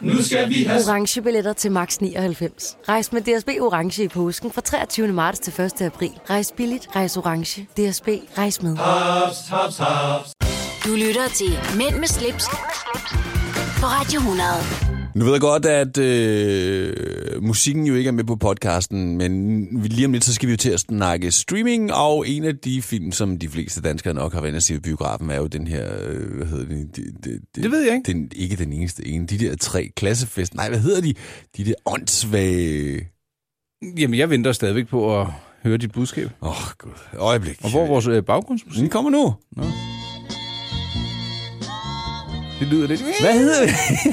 Speaker 9: Nu skal vi have
Speaker 10: Orange billetter til max 99. Rejs med DSB Orange i påsken fra 23. marts til 1. april. Rejs billigt, rejs orange. DSB, rejs med.
Speaker 9: haps, haps, haps.
Speaker 1: Du lytter til Mænd med slips, på Radio 100.
Speaker 3: Nu ved jeg godt, at øh, musikken jo ikke er med på podcasten, men lige om lidt, så skal vi jo til at snakke streaming, og en af de film, som de fleste danskere nok har været inde og se i biografen, er jo den her, øh, hvad hedder det? Det, det,
Speaker 2: det ved jeg ikke.
Speaker 3: Den, ikke den eneste ene. De der tre klassefest. Nej, hvad hedder de? De der åndssvage...
Speaker 2: Jamen, jeg venter stadigvæk på at høre dit budskab.
Speaker 3: Åh, oh, gud. Øjeblik.
Speaker 2: Og hvor er vores øh, baggrundsmusik?
Speaker 3: Den kommer nu. Nå.
Speaker 2: Det lyder lidt...
Speaker 3: Hvad hedder,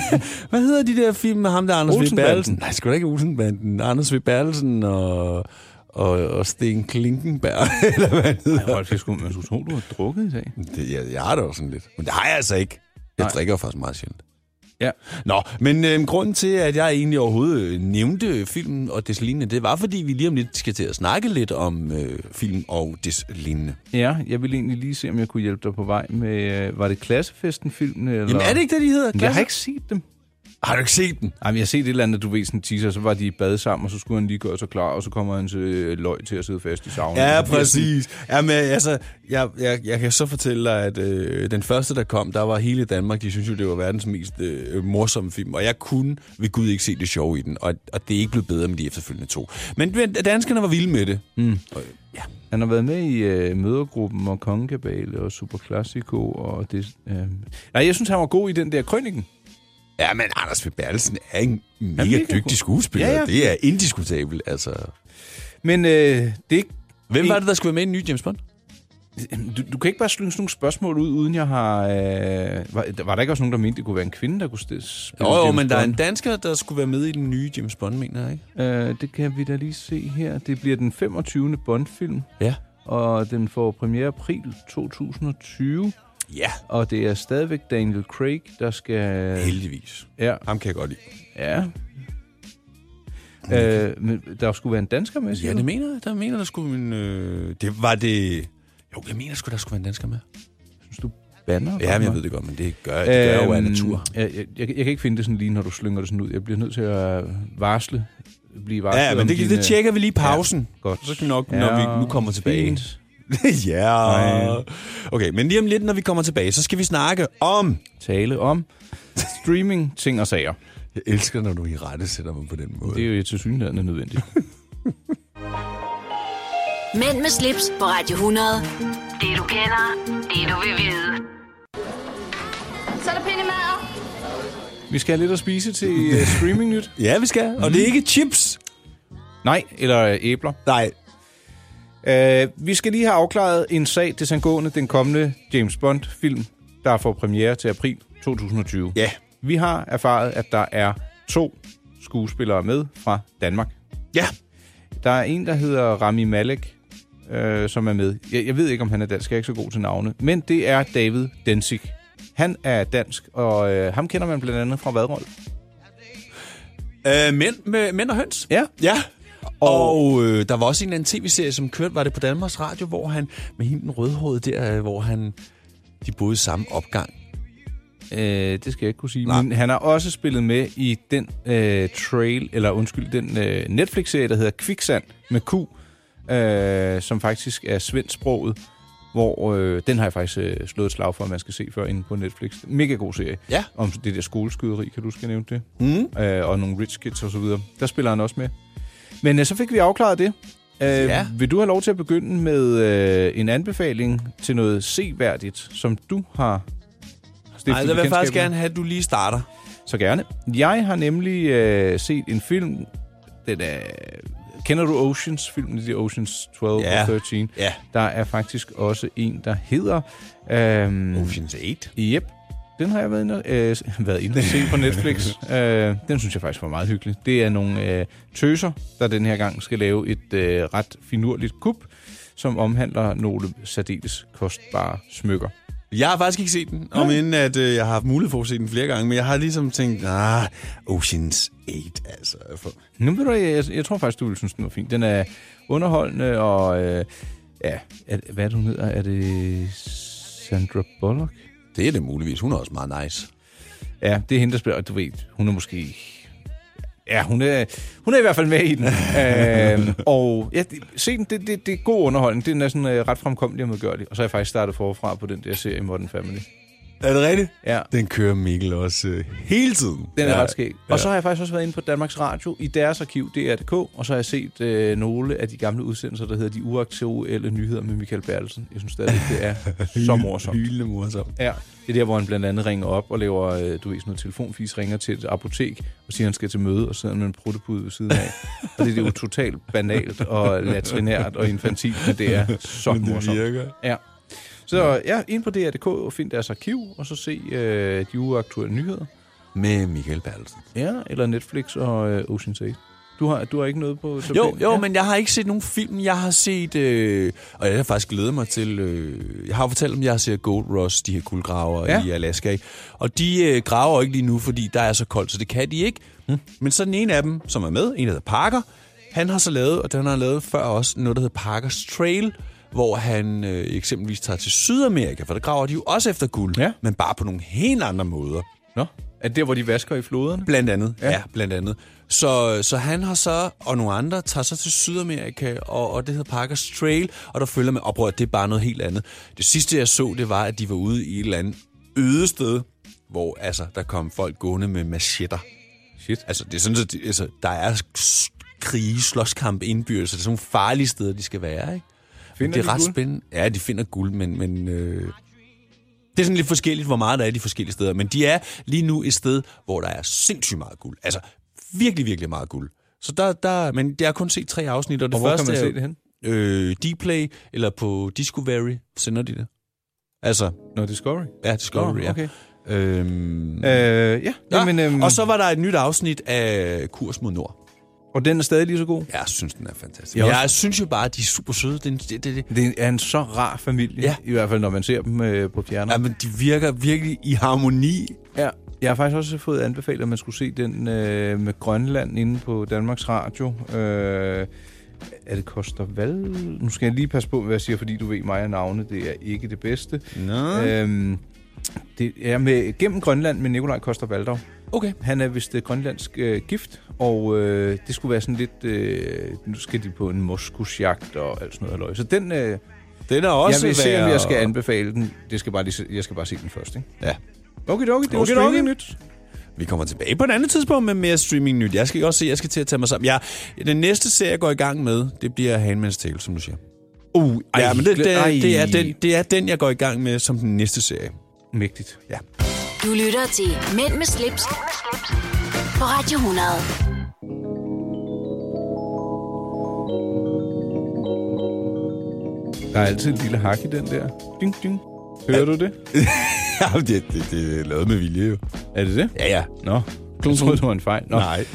Speaker 3: hvad hedder de der film med ham der, Anders V.
Speaker 2: Olsenbanden.
Speaker 3: Bertelsen? Nej, sgu da ikke Olsenbanden. Anders V. Bertelsen og, og, og Sten Klinkenberg, eller hvad han hedder.
Speaker 2: Ej, Rolf, jeg skulle, man skulle tro, du har drukket i dag.
Speaker 3: Det, jeg, jeg har det også sådan lidt. Men det har jeg altså ikke. Jeg Nej. drikker jo faktisk meget sjældent.
Speaker 2: Ja.
Speaker 3: Nå, men øh, grunden til, at jeg egentlig overhovedet øh, nævnte filmen og des lignende, det var, fordi vi lige om lidt skal til at snakke lidt om øh, film og des lignende.
Speaker 2: Ja, jeg ville egentlig lige se, om jeg kunne hjælpe dig på vej med... øh, Var det Klassefesten-filmen? Eller?
Speaker 3: Jamen er det ikke det, de hedder?
Speaker 2: Jeg har ikke set dem.
Speaker 3: Har du ikke set den?
Speaker 2: Jamen, jeg har set et eller andet, du ved, sådan en teaser, så var de i bad sammen, og så skulle han lige gøre sig klar, og så kommer hans øh, løg til at sidde fast i savnen.
Speaker 3: Ja, præcis. Jamen, altså, jeg, jeg, jeg kan så fortælle dig, at øh, den første, der kom, der var hele Danmark, de synes jo, det var verdens mest øh, morsomme film, og jeg kunne ved Gud ikke se det sjove i den, og, og det er ikke blevet bedre med de efterfølgende to. Men, men danskerne var vilde med det.
Speaker 2: Mm.
Speaker 3: Og, ja.
Speaker 2: Han har været med i øh, mødergruppen og Kongekabale og Super Classico og det... Øh... Nej, jeg synes, han var god i den der krønningen.
Speaker 3: ja, men Anders V. Bertelsen er en mega,
Speaker 2: mega
Speaker 3: dygtig
Speaker 2: god.
Speaker 3: skuespiller.
Speaker 2: Ja, ja.
Speaker 3: Det er indiskutabelt, altså.
Speaker 2: Men øh, det er ikke...
Speaker 3: Hvem var det, der skulle være med i den nye James Bond?
Speaker 2: Du, du kan ikke bare slynge sådan nogle spørgsmål ud, uden jeg har... Øh... Var, der- var der ikke også nogen, der mente, det kunne være en kvinde, der kunne st- spille
Speaker 3: Jo, jo,
Speaker 2: James
Speaker 3: men der er en
Speaker 2: Bond?
Speaker 3: dansker, der skulle være med i den nye James Bond, mener jeg, ikke?
Speaker 2: Øh, det kan vi da lige se her. Det bliver den 25. Bond-film,
Speaker 3: Ja.
Speaker 2: og den får premiere april 2020.
Speaker 3: Ja.
Speaker 2: Og det er stadigvæk Daniel Craig, der skal...
Speaker 3: Heldigvis.
Speaker 2: Ja,
Speaker 3: Ham kan jeg godt lide.
Speaker 2: ja. Øh, men der skulle være en dansker med, siger
Speaker 3: Mm. Ja,
Speaker 2: du?
Speaker 3: det mener jeg. Der mener, der skulle en... Øh, det var det... Jo, jeg mener sgu, der skulle være en dansker med.
Speaker 2: Synes du banner?
Speaker 3: Ja, men jeg
Speaker 2: mig?
Speaker 3: ved det godt, men det gør, det gør jeg jo af
Speaker 2: Øhm,
Speaker 3: natur.
Speaker 2: Jeg, jeg, jeg, jeg kan ikke finde det sådan lige, når du slynger det sådan ud. Jeg bliver nødt til at varsle. Blive varslet
Speaker 3: Ja, ja,
Speaker 2: om
Speaker 3: men det,
Speaker 2: din,
Speaker 3: det
Speaker 2: øh,
Speaker 3: tjekker vi lige i pausen. Ja,
Speaker 2: godt.
Speaker 3: Så skal vi nok, når vi nu kommer tilbage.
Speaker 2: Fint.
Speaker 3: ja. Okay, men lige om lidt, når vi kommer tilbage, så skal vi snakke om...
Speaker 2: Tale om streaming, ting og sager.
Speaker 3: Jeg elsker, når du i rette sætter mig på den måde.
Speaker 2: Det er jo til synligheden nødvendigt.
Speaker 1: Mænd med slips på Radio 100. Det du kender, det du vil vide.
Speaker 4: Så er der pindemad.
Speaker 2: Vi skal have lidt at spise til øh, streaming nyt.
Speaker 3: Ja, vi skal. Og det er ikke chips.
Speaker 2: Nej, eller øh, æbler.
Speaker 3: Nej.
Speaker 2: Uh, vi skal lige have afklaret en sag til sangående den kommende James Bond-film, der får premiere til april 2020.
Speaker 3: Ja.
Speaker 2: Vi har erfaret, at der er to skuespillere med fra Danmark.
Speaker 3: Ja.
Speaker 2: Der er en, der hedder Rami Malek, øh, som er med. Jeg, jeg ved ikke, om han er dansk. Jeg er ikke så god til navne. Men det er David Densig. Han er dansk, og øh, ham kender man blandt andet fra Vadrol.
Speaker 3: Øh, mænd, med, mænd og høns.
Speaker 2: Ja.
Speaker 3: Ja. Og øh, der var også en eller anden tv-serie, som kørte, var det på Danmarks Radio, hvor han, med hende den rødhårede der, øh, hvor han, de boede i samme opgang.
Speaker 2: Øh, det skal jeg ikke kunne sige.
Speaker 3: Nej.
Speaker 2: Nej. Men han har også spillet med i den øh, trail, eller undskyld, den øh, Netflix-serie, der hedder Kviksand med Q, øh, som faktisk er svensksproget, hvor øh, den har jeg faktisk øh, slået et slag for, at man skal se før inde på Netflix. Mega god serie.
Speaker 3: Ja.
Speaker 2: Om det der skoleskyderi, kan du huske, jeg nævnte det?
Speaker 3: Mm.
Speaker 2: Øh, og nogle rich kids og så videre. Der spiller han også med. Men øh, så fik vi afklaret det. Øh,
Speaker 3: Ja.
Speaker 2: Vil du have lov til at begynde med øh, en anbefaling til noget seværdigt, som du har stiftet
Speaker 3: Nej, der vil jeg
Speaker 2: bekendtskab
Speaker 3: faktisk
Speaker 2: med?
Speaker 3: gerne have, at du lige starter.
Speaker 2: Så gerne. Jeg har nemlig øh, set en film, den er... Kender du Oceans? Filmen i Oceans 12
Speaker 3: Ja.
Speaker 2: og 13.
Speaker 3: Ja.
Speaker 2: Der er faktisk også en, der hedder... Øhm,
Speaker 3: Ocean's 8.
Speaker 2: Yep. Den har jeg været inde, og- øh, s- været inde og se på Netflix. øh, den synes jeg faktisk var meget hyggelig. Det er nogle øh, tøser, der den her gang skal lave et øh, ret finurligt kup, som omhandler nogle særdeles kostbare smykker.
Speaker 3: Jeg har faktisk ikke set den, om inden at øh, jeg har haft mulighed for at se den flere gange, men jeg har ligesom tænkt, ah, Ocean's 8, altså. For...
Speaker 2: Nu ved du, øh, jeg, jeg, jeg tror faktisk, du ville synes, den var fin. Den er underholdende, og øh, ja, er, hvad er det, hun hedder? Er det Sandra Bullock?
Speaker 3: Det er det muligvis. Hun er også meget nice.
Speaker 2: Ja, det er hende, der spiller, og du ved, hun er måske... Ja, hun er, hun er i hvert fald med i den. øhm, og ja, det- se den, det, det, det er god underholdning. Det er sådan øh, ret fremkommelig og medgørlig. Og så er jeg faktisk startet forfra på den der serie Modern Family.
Speaker 3: Er det rigtigt?
Speaker 2: Ja.
Speaker 3: Den kører Mikkel også øh, hele tiden.
Speaker 2: Den er
Speaker 3: ja.
Speaker 2: ret skæg. Og så har jeg faktisk også været inde på Danmarks Radio i deres arkiv, DR.dk, og så har jeg set øh, nogle af de gamle udsendelser, der hedder De Uaktuelle Nyheder med Michael Bertelsen. Jeg synes stadig, det er så morsomt.
Speaker 3: Hylende morsomt.
Speaker 2: Ja, det er der, hvor han blandt andet ringer op og laver, øh, du ved, sådan noget telefonfis, ringer til et apotek og siger, at han skal til møde, og sidder med en pruttepude ved siden af. og det er jo totalt banalt og latrinært og infantilt, men det er så
Speaker 3: Men det
Speaker 2: morsomt.
Speaker 3: virker.
Speaker 2: Ja. Så ja, ind på DR.dk og find deres arkiv, og så se øh, de uaktuelle nyheder.
Speaker 3: Med Michael Bertelsen.
Speaker 2: Ja, eller Netflix og øh, Ocean's 8. Du har, du har ikke noget på...
Speaker 3: Jo, jo,
Speaker 2: ja.
Speaker 3: ja. men jeg har ikke set nogen film. Jeg har set... Øh, og jeg har faktisk glædet mig til... Øh, jeg har jo fortalt om, jeg har set Gold Rush, de her guldgraver
Speaker 2: Ja.
Speaker 3: ja. i Alaska. ikke? Og de øh, graver ikke lige nu, fordi der er så koldt, så det kan de ikke. Mm. Men så den ene af dem, som er med, en der hedder Parker, han har så lavet, og den har han lavet før også, noget, der hedder Parkers Trail, hvor han øh, eksempelvis tager til Sydamerika, for der graver de jo også efter guld, ja. men bare på nogle helt andre måder.
Speaker 2: Nå, er det der, hvor de vasker i floderne?
Speaker 3: Blandt andet, ja, ja blandt andet. Så, så han har så, og nogle andre, tager så til Sydamerika, og, og det hedder Parkers Trail, og der følger med oprør, det er bare noget helt andet. Det sidste, jeg så, det var, at de var ude i et eller andet øde sted, hvor altså, der kom folk gående med machetter.
Speaker 2: Shit.
Speaker 3: Altså, det er sådan, at de, altså, der er s- krige, slåskamp, indbyrdes, så det er sådan nogle farlige steder, de skal være, ikke?
Speaker 2: Finder
Speaker 3: det er
Speaker 2: de
Speaker 3: ret
Speaker 2: guld?
Speaker 3: spændende. Ja, de finder guld, men... men øh, det er sådan lidt forskelligt, hvor meget der er i de forskellige steder. Men de er lige nu et sted, hvor der er sindssygt meget guld. Altså, virkelig, virkelig meget guld. Så der, der, men jeg har kun set tre afsnit, og det
Speaker 2: Og hvor kan
Speaker 3: første
Speaker 2: man se
Speaker 3: er,
Speaker 2: det henne?
Speaker 3: Øh, Dplay, eller på Discovery sender de det. Altså...
Speaker 2: Nå, Discovery?
Speaker 3: Ja, Discovery,
Speaker 2: Nå,
Speaker 3: ja.
Speaker 2: okay.
Speaker 3: Øhm, øh,
Speaker 2: ja. Jamen, øhm,
Speaker 3: Og så var der et nyt afsnit af Kurs mod Nord.
Speaker 2: Og den er stadig lige så god?
Speaker 3: Jeg synes, den er fantastisk.
Speaker 2: Jeg
Speaker 3: Jeg,
Speaker 2: også.
Speaker 3: jeg synes jo bare, at de er super søde. Det, det, det,
Speaker 2: Det er en så rar familie, ja.
Speaker 3: Ja.
Speaker 2: i hvert fald når man ser dem øh, på fjerner.
Speaker 3: Ja, men de virker virkelig i harmoni.
Speaker 2: Ja, jeg har faktisk også fået anbefalet, at man skulle se den øh, med Grønland inde på Danmarks Radio. Øh, er det Koster Val? Nu skal jeg lige passe på, hvad jeg siger, fordi du ved mig og navne, det er ikke det bedste.
Speaker 3: Nå.
Speaker 2: Øhm, det er med, gennem Grønland med Nikolaj Koster Valdov.
Speaker 3: Okay.
Speaker 2: Han er vist øh, grønlandsk øh, gift, og øh, det skulle være sådan lidt... Øh, nu skal de på en moskusjagt og alt sådan noget. halløj. Så den... Øh,
Speaker 3: Den er også
Speaker 2: jeg vil se, om
Speaker 3: værd-
Speaker 2: jeg skal anbefale den. Det skal bare lige, se- jeg skal bare se den først, ikke?
Speaker 3: Ja.
Speaker 2: Okay, okay, det var
Speaker 3: Okidoki.
Speaker 2: streaming nyt.
Speaker 3: Vi kommer tilbage på et andet tidspunkt med mere streaming nyt. Jeg skal også se, jeg skal til at tage mig sammen. Ja, den næste serie, jeg går i gang med, det bliver Handmaid's Tale, som du siger.
Speaker 2: Uh, ej,
Speaker 3: ja, men det, det,
Speaker 2: ej.
Speaker 3: det, er den, det er den, jeg går i gang med som den næste serie.
Speaker 2: Mægtigt.
Speaker 3: Ja.
Speaker 1: Du lytter til Mænd med slips, på Radio 100.
Speaker 2: Der er altid en lille hak i den der. Ding, ding. Hører ja. du det?
Speaker 3: ja, det, det, det er lavet med vilje jo.
Speaker 2: Er det det?
Speaker 3: Ja, ja.
Speaker 2: Nå, jeg troede, det var en fejl. Nå.
Speaker 3: Nej.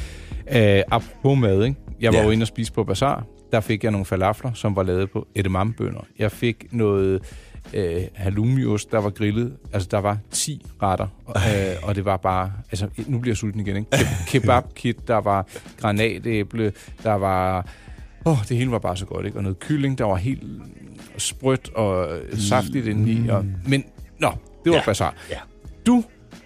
Speaker 2: Øh, apropos mad, ikke? Jeg var
Speaker 3: Ja.
Speaker 2: jo inde og spise på Bazaar. Der fik jeg nogle falafler, som var lavet på edamamebønner. Jeg fik noget øh, halloumiost, der var grillet. Altså, der var 10 retter, øh, og det var bare... Altså, nu bliver jeg sulten igen, ikke? Ke- Kebabkit, der var granatæble, der var... Åh, det hele var bare så godt, ikke? Og noget kylling, der var helt sprødt og øh, saftigt indeni. Og, men, nå, det var ja. Bazaar.
Speaker 3: Mm. Ja.
Speaker 2: Du,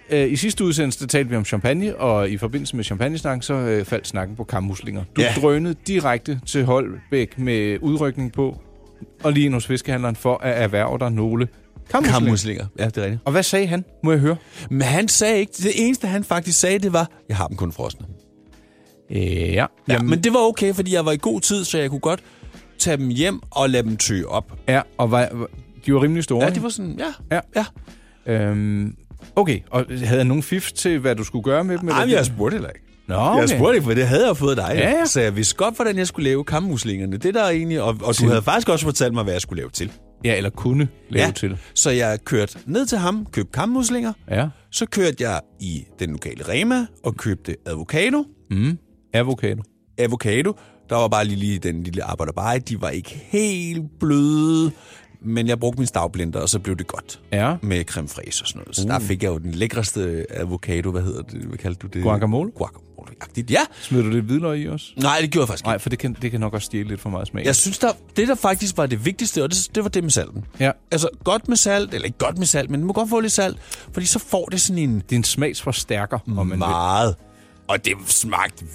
Speaker 2: øh, i sidste udsendelse talte vi om champagne, og i forbindelse med champagnesnakken, så øh, faldt snakken på kammuslinger. Du ja.
Speaker 3: Ja.
Speaker 2: drønede direkte til Holbæk med udrykning på, og lige ind hos fiskehandleren for at erhverve dig nogle kammuslinger.
Speaker 3: Kammuslinger. Ja, det er rigtigt.
Speaker 2: Og hvad sagde han, må jeg høre?
Speaker 3: Men han sagde ikke, det eneste han faktisk sagde, det var, jeg har dem kun frosne.
Speaker 2: Øh, ja.
Speaker 3: Ja, men det var okay, fordi jeg var i god tid, så jeg kunne godt tage dem hjem og lade dem tø op.
Speaker 2: ja, og var, var- de var rimelig store.
Speaker 3: Ja,
Speaker 2: ikke?
Speaker 3: det var sådan, ja.
Speaker 2: Ja.
Speaker 3: ja.
Speaker 2: Øhm, okay, og havde han nogen fif til, hvad du skulle gøre med dem? eller
Speaker 3: Ej, men
Speaker 2: det-
Speaker 3: jeg spurgte heller ikke.
Speaker 2: Nå,
Speaker 3: Ah, Okay.
Speaker 2: okay.
Speaker 3: Jeg spurgte ikke, for det havde jeg fået dig.
Speaker 2: Ja, ja.
Speaker 3: Så jeg vidste godt, hvordan jeg skulle lave kammuslingerne. Det der er egentlig, og, og du havde faktisk også fortalt mig, hvad jeg skulle lave til.
Speaker 2: Ja, eller kunne lave ja. til.
Speaker 3: Så jeg kørte ned til ham, købte kammuslinger.
Speaker 2: Ja.
Speaker 3: Så kørte jeg i den lokale Rema og købte avocado.
Speaker 2: Mm. Avocado.
Speaker 3: Avocado. Der var bare lige, lige den lille arbejderbeje. De var ikke helt bløde, men jeg brugte min stavblender, og så blev det godt.
Speaker 2: Ja. Uh.
Speaker 3: Med creme fraise og sådan noget. Så der fik jeg jo den lækreste avocado, hvad hedder det, hvad kaldte du det?
Speaker 2: Guacamole?
Speaker 3: Guacamole-agtigt, ja.
Speaker 2: Smed du det hvidløg i også?
Speaker 3: Nej, det gjorde jeg faktisk ikke.
Speaker 2: Nej, for det kan, det kan nok også stjæle lidt for meget smag. Altså,
Speaker 3: Jeg synes, der, det der faktisk var det vigtigste, og det, det var det med salten.
Speaker 2: Ja.
Speaker 3: Altså, godt med salt, eller ikke godt med salt, men det må godt få lidt salt, fordi så får det sådan en
Speaker 2: Det er en smagsforstærker, om man vil.
Speaker 3: meget, og det smagte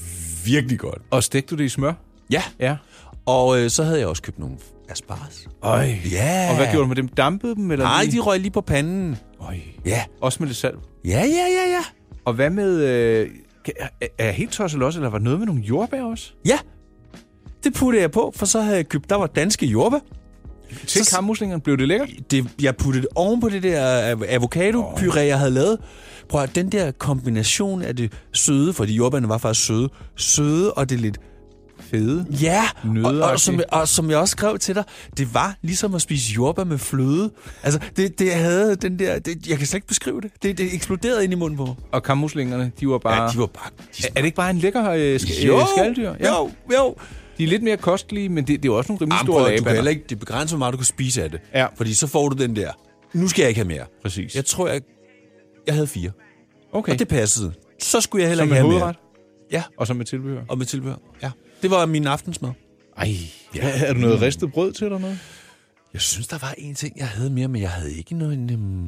Speaker 3: virkelig godt.
Speaker 2: Og stegte du det i smør?
Speaker 3: Ja,
Speaker 2: Ja.
Speaker 3: og øh, så havde jeg også købt nogle Asparges.
Speaker 2: Øj.
Speaker 3: Ja.
Speaker 2: Og hvad gjorde du med dem? Dampede dem? Eller
Speaker 3: Nej,
Speaker 2: lige-
Speaker 3: de røg lige på panden.
Speaker 2: Øj.
Speaker 3: Ja.
Speaker 2: Også med lidt salg?
Speaker 3: Ja, ja, ja, ja.
Speaker 2: Og hvad med... Øh, kan- er, er jeg helt tosset også, eller var der noget med nogle jordbær også?
Speaker 3: Ja. Det puttede jeg på, for så havde jeg købt, der var danske jordbær.
Speaker 2: Til kammuslingerne blev det lækkert?
Speaker 3: Det, jeg puttede det oven på det der av- avocado-puré, jeg havde lavet. Prøv at den der kombination af det søde, fordi jordbærne var faktisk søde, søde og det lidt
Speaker 2: Fede?
Speaker 3: Ja, og, og,
Speaker 2: Nøddeagtigt.
Speaker 3: som, og som jeg også skrev til dig, det var ligesom at spise jordbær med fløde. Altså, det, det havde den der... Det, jeg kan slet ikke beskrive det. det. Det eksploderede ind i munden på mig.
Speaker 2: Og kammuslingerne, de var bare...
Speaker 3: Ja, de var bare... De
Speaker 2: Er, er det ikke bare en lækker øh, sk-
Speaker 3: Jo,
Speaker 2: øh, skalddyr?
Speaker 3: jo, jo.
Speaker 2: De er lidt mere kostelige, men det, det er jo også nogle rimelig
Speaker 3: Jamen,
Speaker 2: store
Speaker 3: prøv, at- du kan
Speaker 2: lagebander.
Speaker 3: heller ikke, det begrænser, hvor meget du kan spise af det.
Speaker 2: Ja.
Speaker 3: Fordi så får du den der. Nu skal jeg ikke have mere.
Speaker 2: Præcis.
Speaker 3: Jeg tror, jeg, jeg havde fire.
Speaker 2: Okay.
Speaker 3: Og det passede. Så skulle jeg heller
Speaker 2: Som
Speaker 3: ikke
Speaker 2: en
Speaker 3: have
Speaker 2: hovedret?
Speaker 3: Ja.
Speaker 2: Og så med tilbehør?
Speaker 3: mere. Og med tilbehør. Ja. Det var min aftensmad.
Speaker 2: Ej, ja. er du
Speaker 3: Mm.
Speaker 2: noget ristet brød til eller noget?
Speaker 3: Jeg synes, der var en ting, jeg havde mere, men jeg havde ikke noget...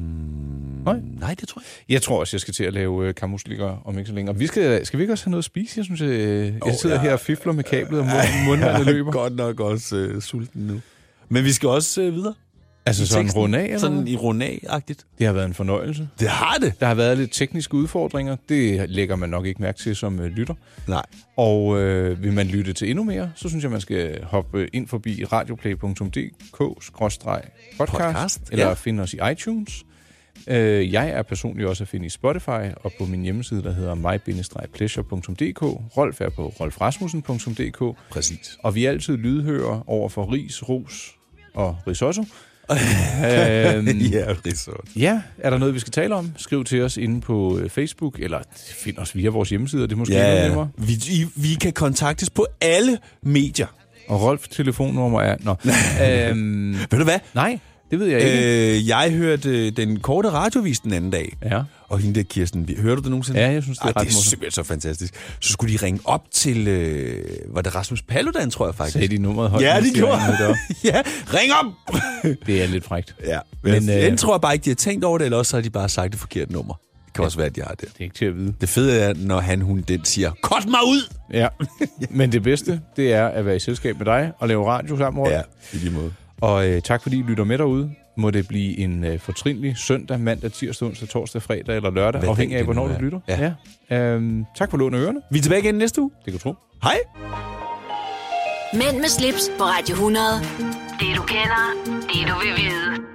Speaker 3: Um...
Speaker 2: Nej.
Speaker 3: Nej, det tror jeg ikke.
Speaker 2: Jeg tror også, jeg skal til at lave øh, kammuslinger om ikke så længe. Og vi skal, skal vi ikke også have noget at spise? Jeg synes, øh, jeg sidder
Speaker 3: ja.
Speaker 2: her og fifler med kablet, og mund- mundvandet
Speaker 3: Jeg er
Speaker 2: løber.
Speaker 3: godt nok også øh, sulten nu. Men vi skal også øh, videre.
Speaker 2: Altså
Speaker 3: I
Speaker 2: sådan
Speaker 3: teksten.
Speaker 2: runde af? Eller
Speaker 3: Sådan
Speaker 2: hvad?
Speaker 3: i rundag-agtigt.
Speaker 2: Det har været en fornøjelse.
Speaker 3: Det har det.
Speaker 2: Der har været lidt tekniske udfordringer. Det lægger man nok ikke mærke til som øh, lytter.
Speaker 3: Nej.
Speaker 2: Og øh, vil man lytte til endnu mere, så synes jeg, man skal hoppe ind forbi radioplay.dk-podcast,
Speaker 3: Podcast,
Speaker 2: podcast,
Speaker 3: ja.
Speaker 2: eller ja. finde os i iTunes. Øh, jeg er personligt også at finde i Spotify, og på min hjemmeside, der hedder my-pleasure.dk. Rolf er på rolfrasmussen.dk.
Speaker 3: Præcis.
Speaker 2: Og vi er altid lydhører over for ris, ros og risotto. øhm,
Speaker 3: ja, risort.
Speaker 2: Ja, er der noget, vi skal tale om? Skriv til os inde på øh, Facebook, eller find os via vores hjemmeside, det er måske noget
Speaker 3: Ja,
Speaker 2: nemmere.
Speaker 3: vi, I, vi kan kontaktes på alle medier.
Speaker 2: Og Rolf telefonnummer er... Nå. øhm,
Speaker 3: Ved du hvad?
Speaker 2: nej, det ved jeg ikke.
Speaker 3: Øh, jeg hørte øh, den korte radiovis den anden dag.
Speaker 2: Ja.
Speaker 3: Og hende der Kirsten, vi- hørte du det nogensinde?
Speaker 2: Ja, jeg synes, det er
Speaker 3: Ej,
Speaker 2: ret
Speaker 3: det er
Speaker 2: morsomt.
Speaker 3: simpelthen så fantastisk. Så skulle de ringe op til, øh, var det Rasmus Paludan, tror jeg faktisk.
Speaker 2: Sagde de nummeret højt?
Speaker 3: ja,
Speaker 2: mens
Speaker 3: det gjorde
Speaker 2: ringede derop?
Speaker 3: Ja, ring op!
Speaker 2: Det er lidt frækt. Det
Speaker 3: ja,
Speaker 2: Men,
Speaker 3: men,
Speaker 2: øh,
Speaker 3: øh, tror jeg bare ikke, de har tænkt over det, eller også har de bare sagt det forkerte nummer. Det kan også være, at de har det.
Speaker 2: er ikke til at vide.
Speaker 3: Det fede er, når han, hun, den siger, kort mig ud!
Speaker 2: Ja. Men det bedste, det er at være i selskab med dig og lave radio sammen, Rolf.
Speaker 3: Ja, i lige måde.
Speaker 2: Og øh, tak fordi I lytter med derude. Må det blive en øh, fortrinlig søndag, mandag, tirsdag, onsdag, torsdag, fredag eller lørdag,
Speaker 3: Hvad
Speaker 2: afhængig
Speaker 3: dag
Speaker 2: af,
Speaker 3: det nu
Speaker 2: hvornår du
Speaker 3: er.
Speaker 2: lytter.
Speaker 3: Ja.
Speaker 2: ja. Øhm, tak for lån af ørerne.
Speaker 3: Vi er tilbage igen næste uge.
Speaker 2: Det kan du tro.
Speaker 3: Hej!
Speaker 1: Mænd med slips på Radio 100. Det du kender, det du vil vide.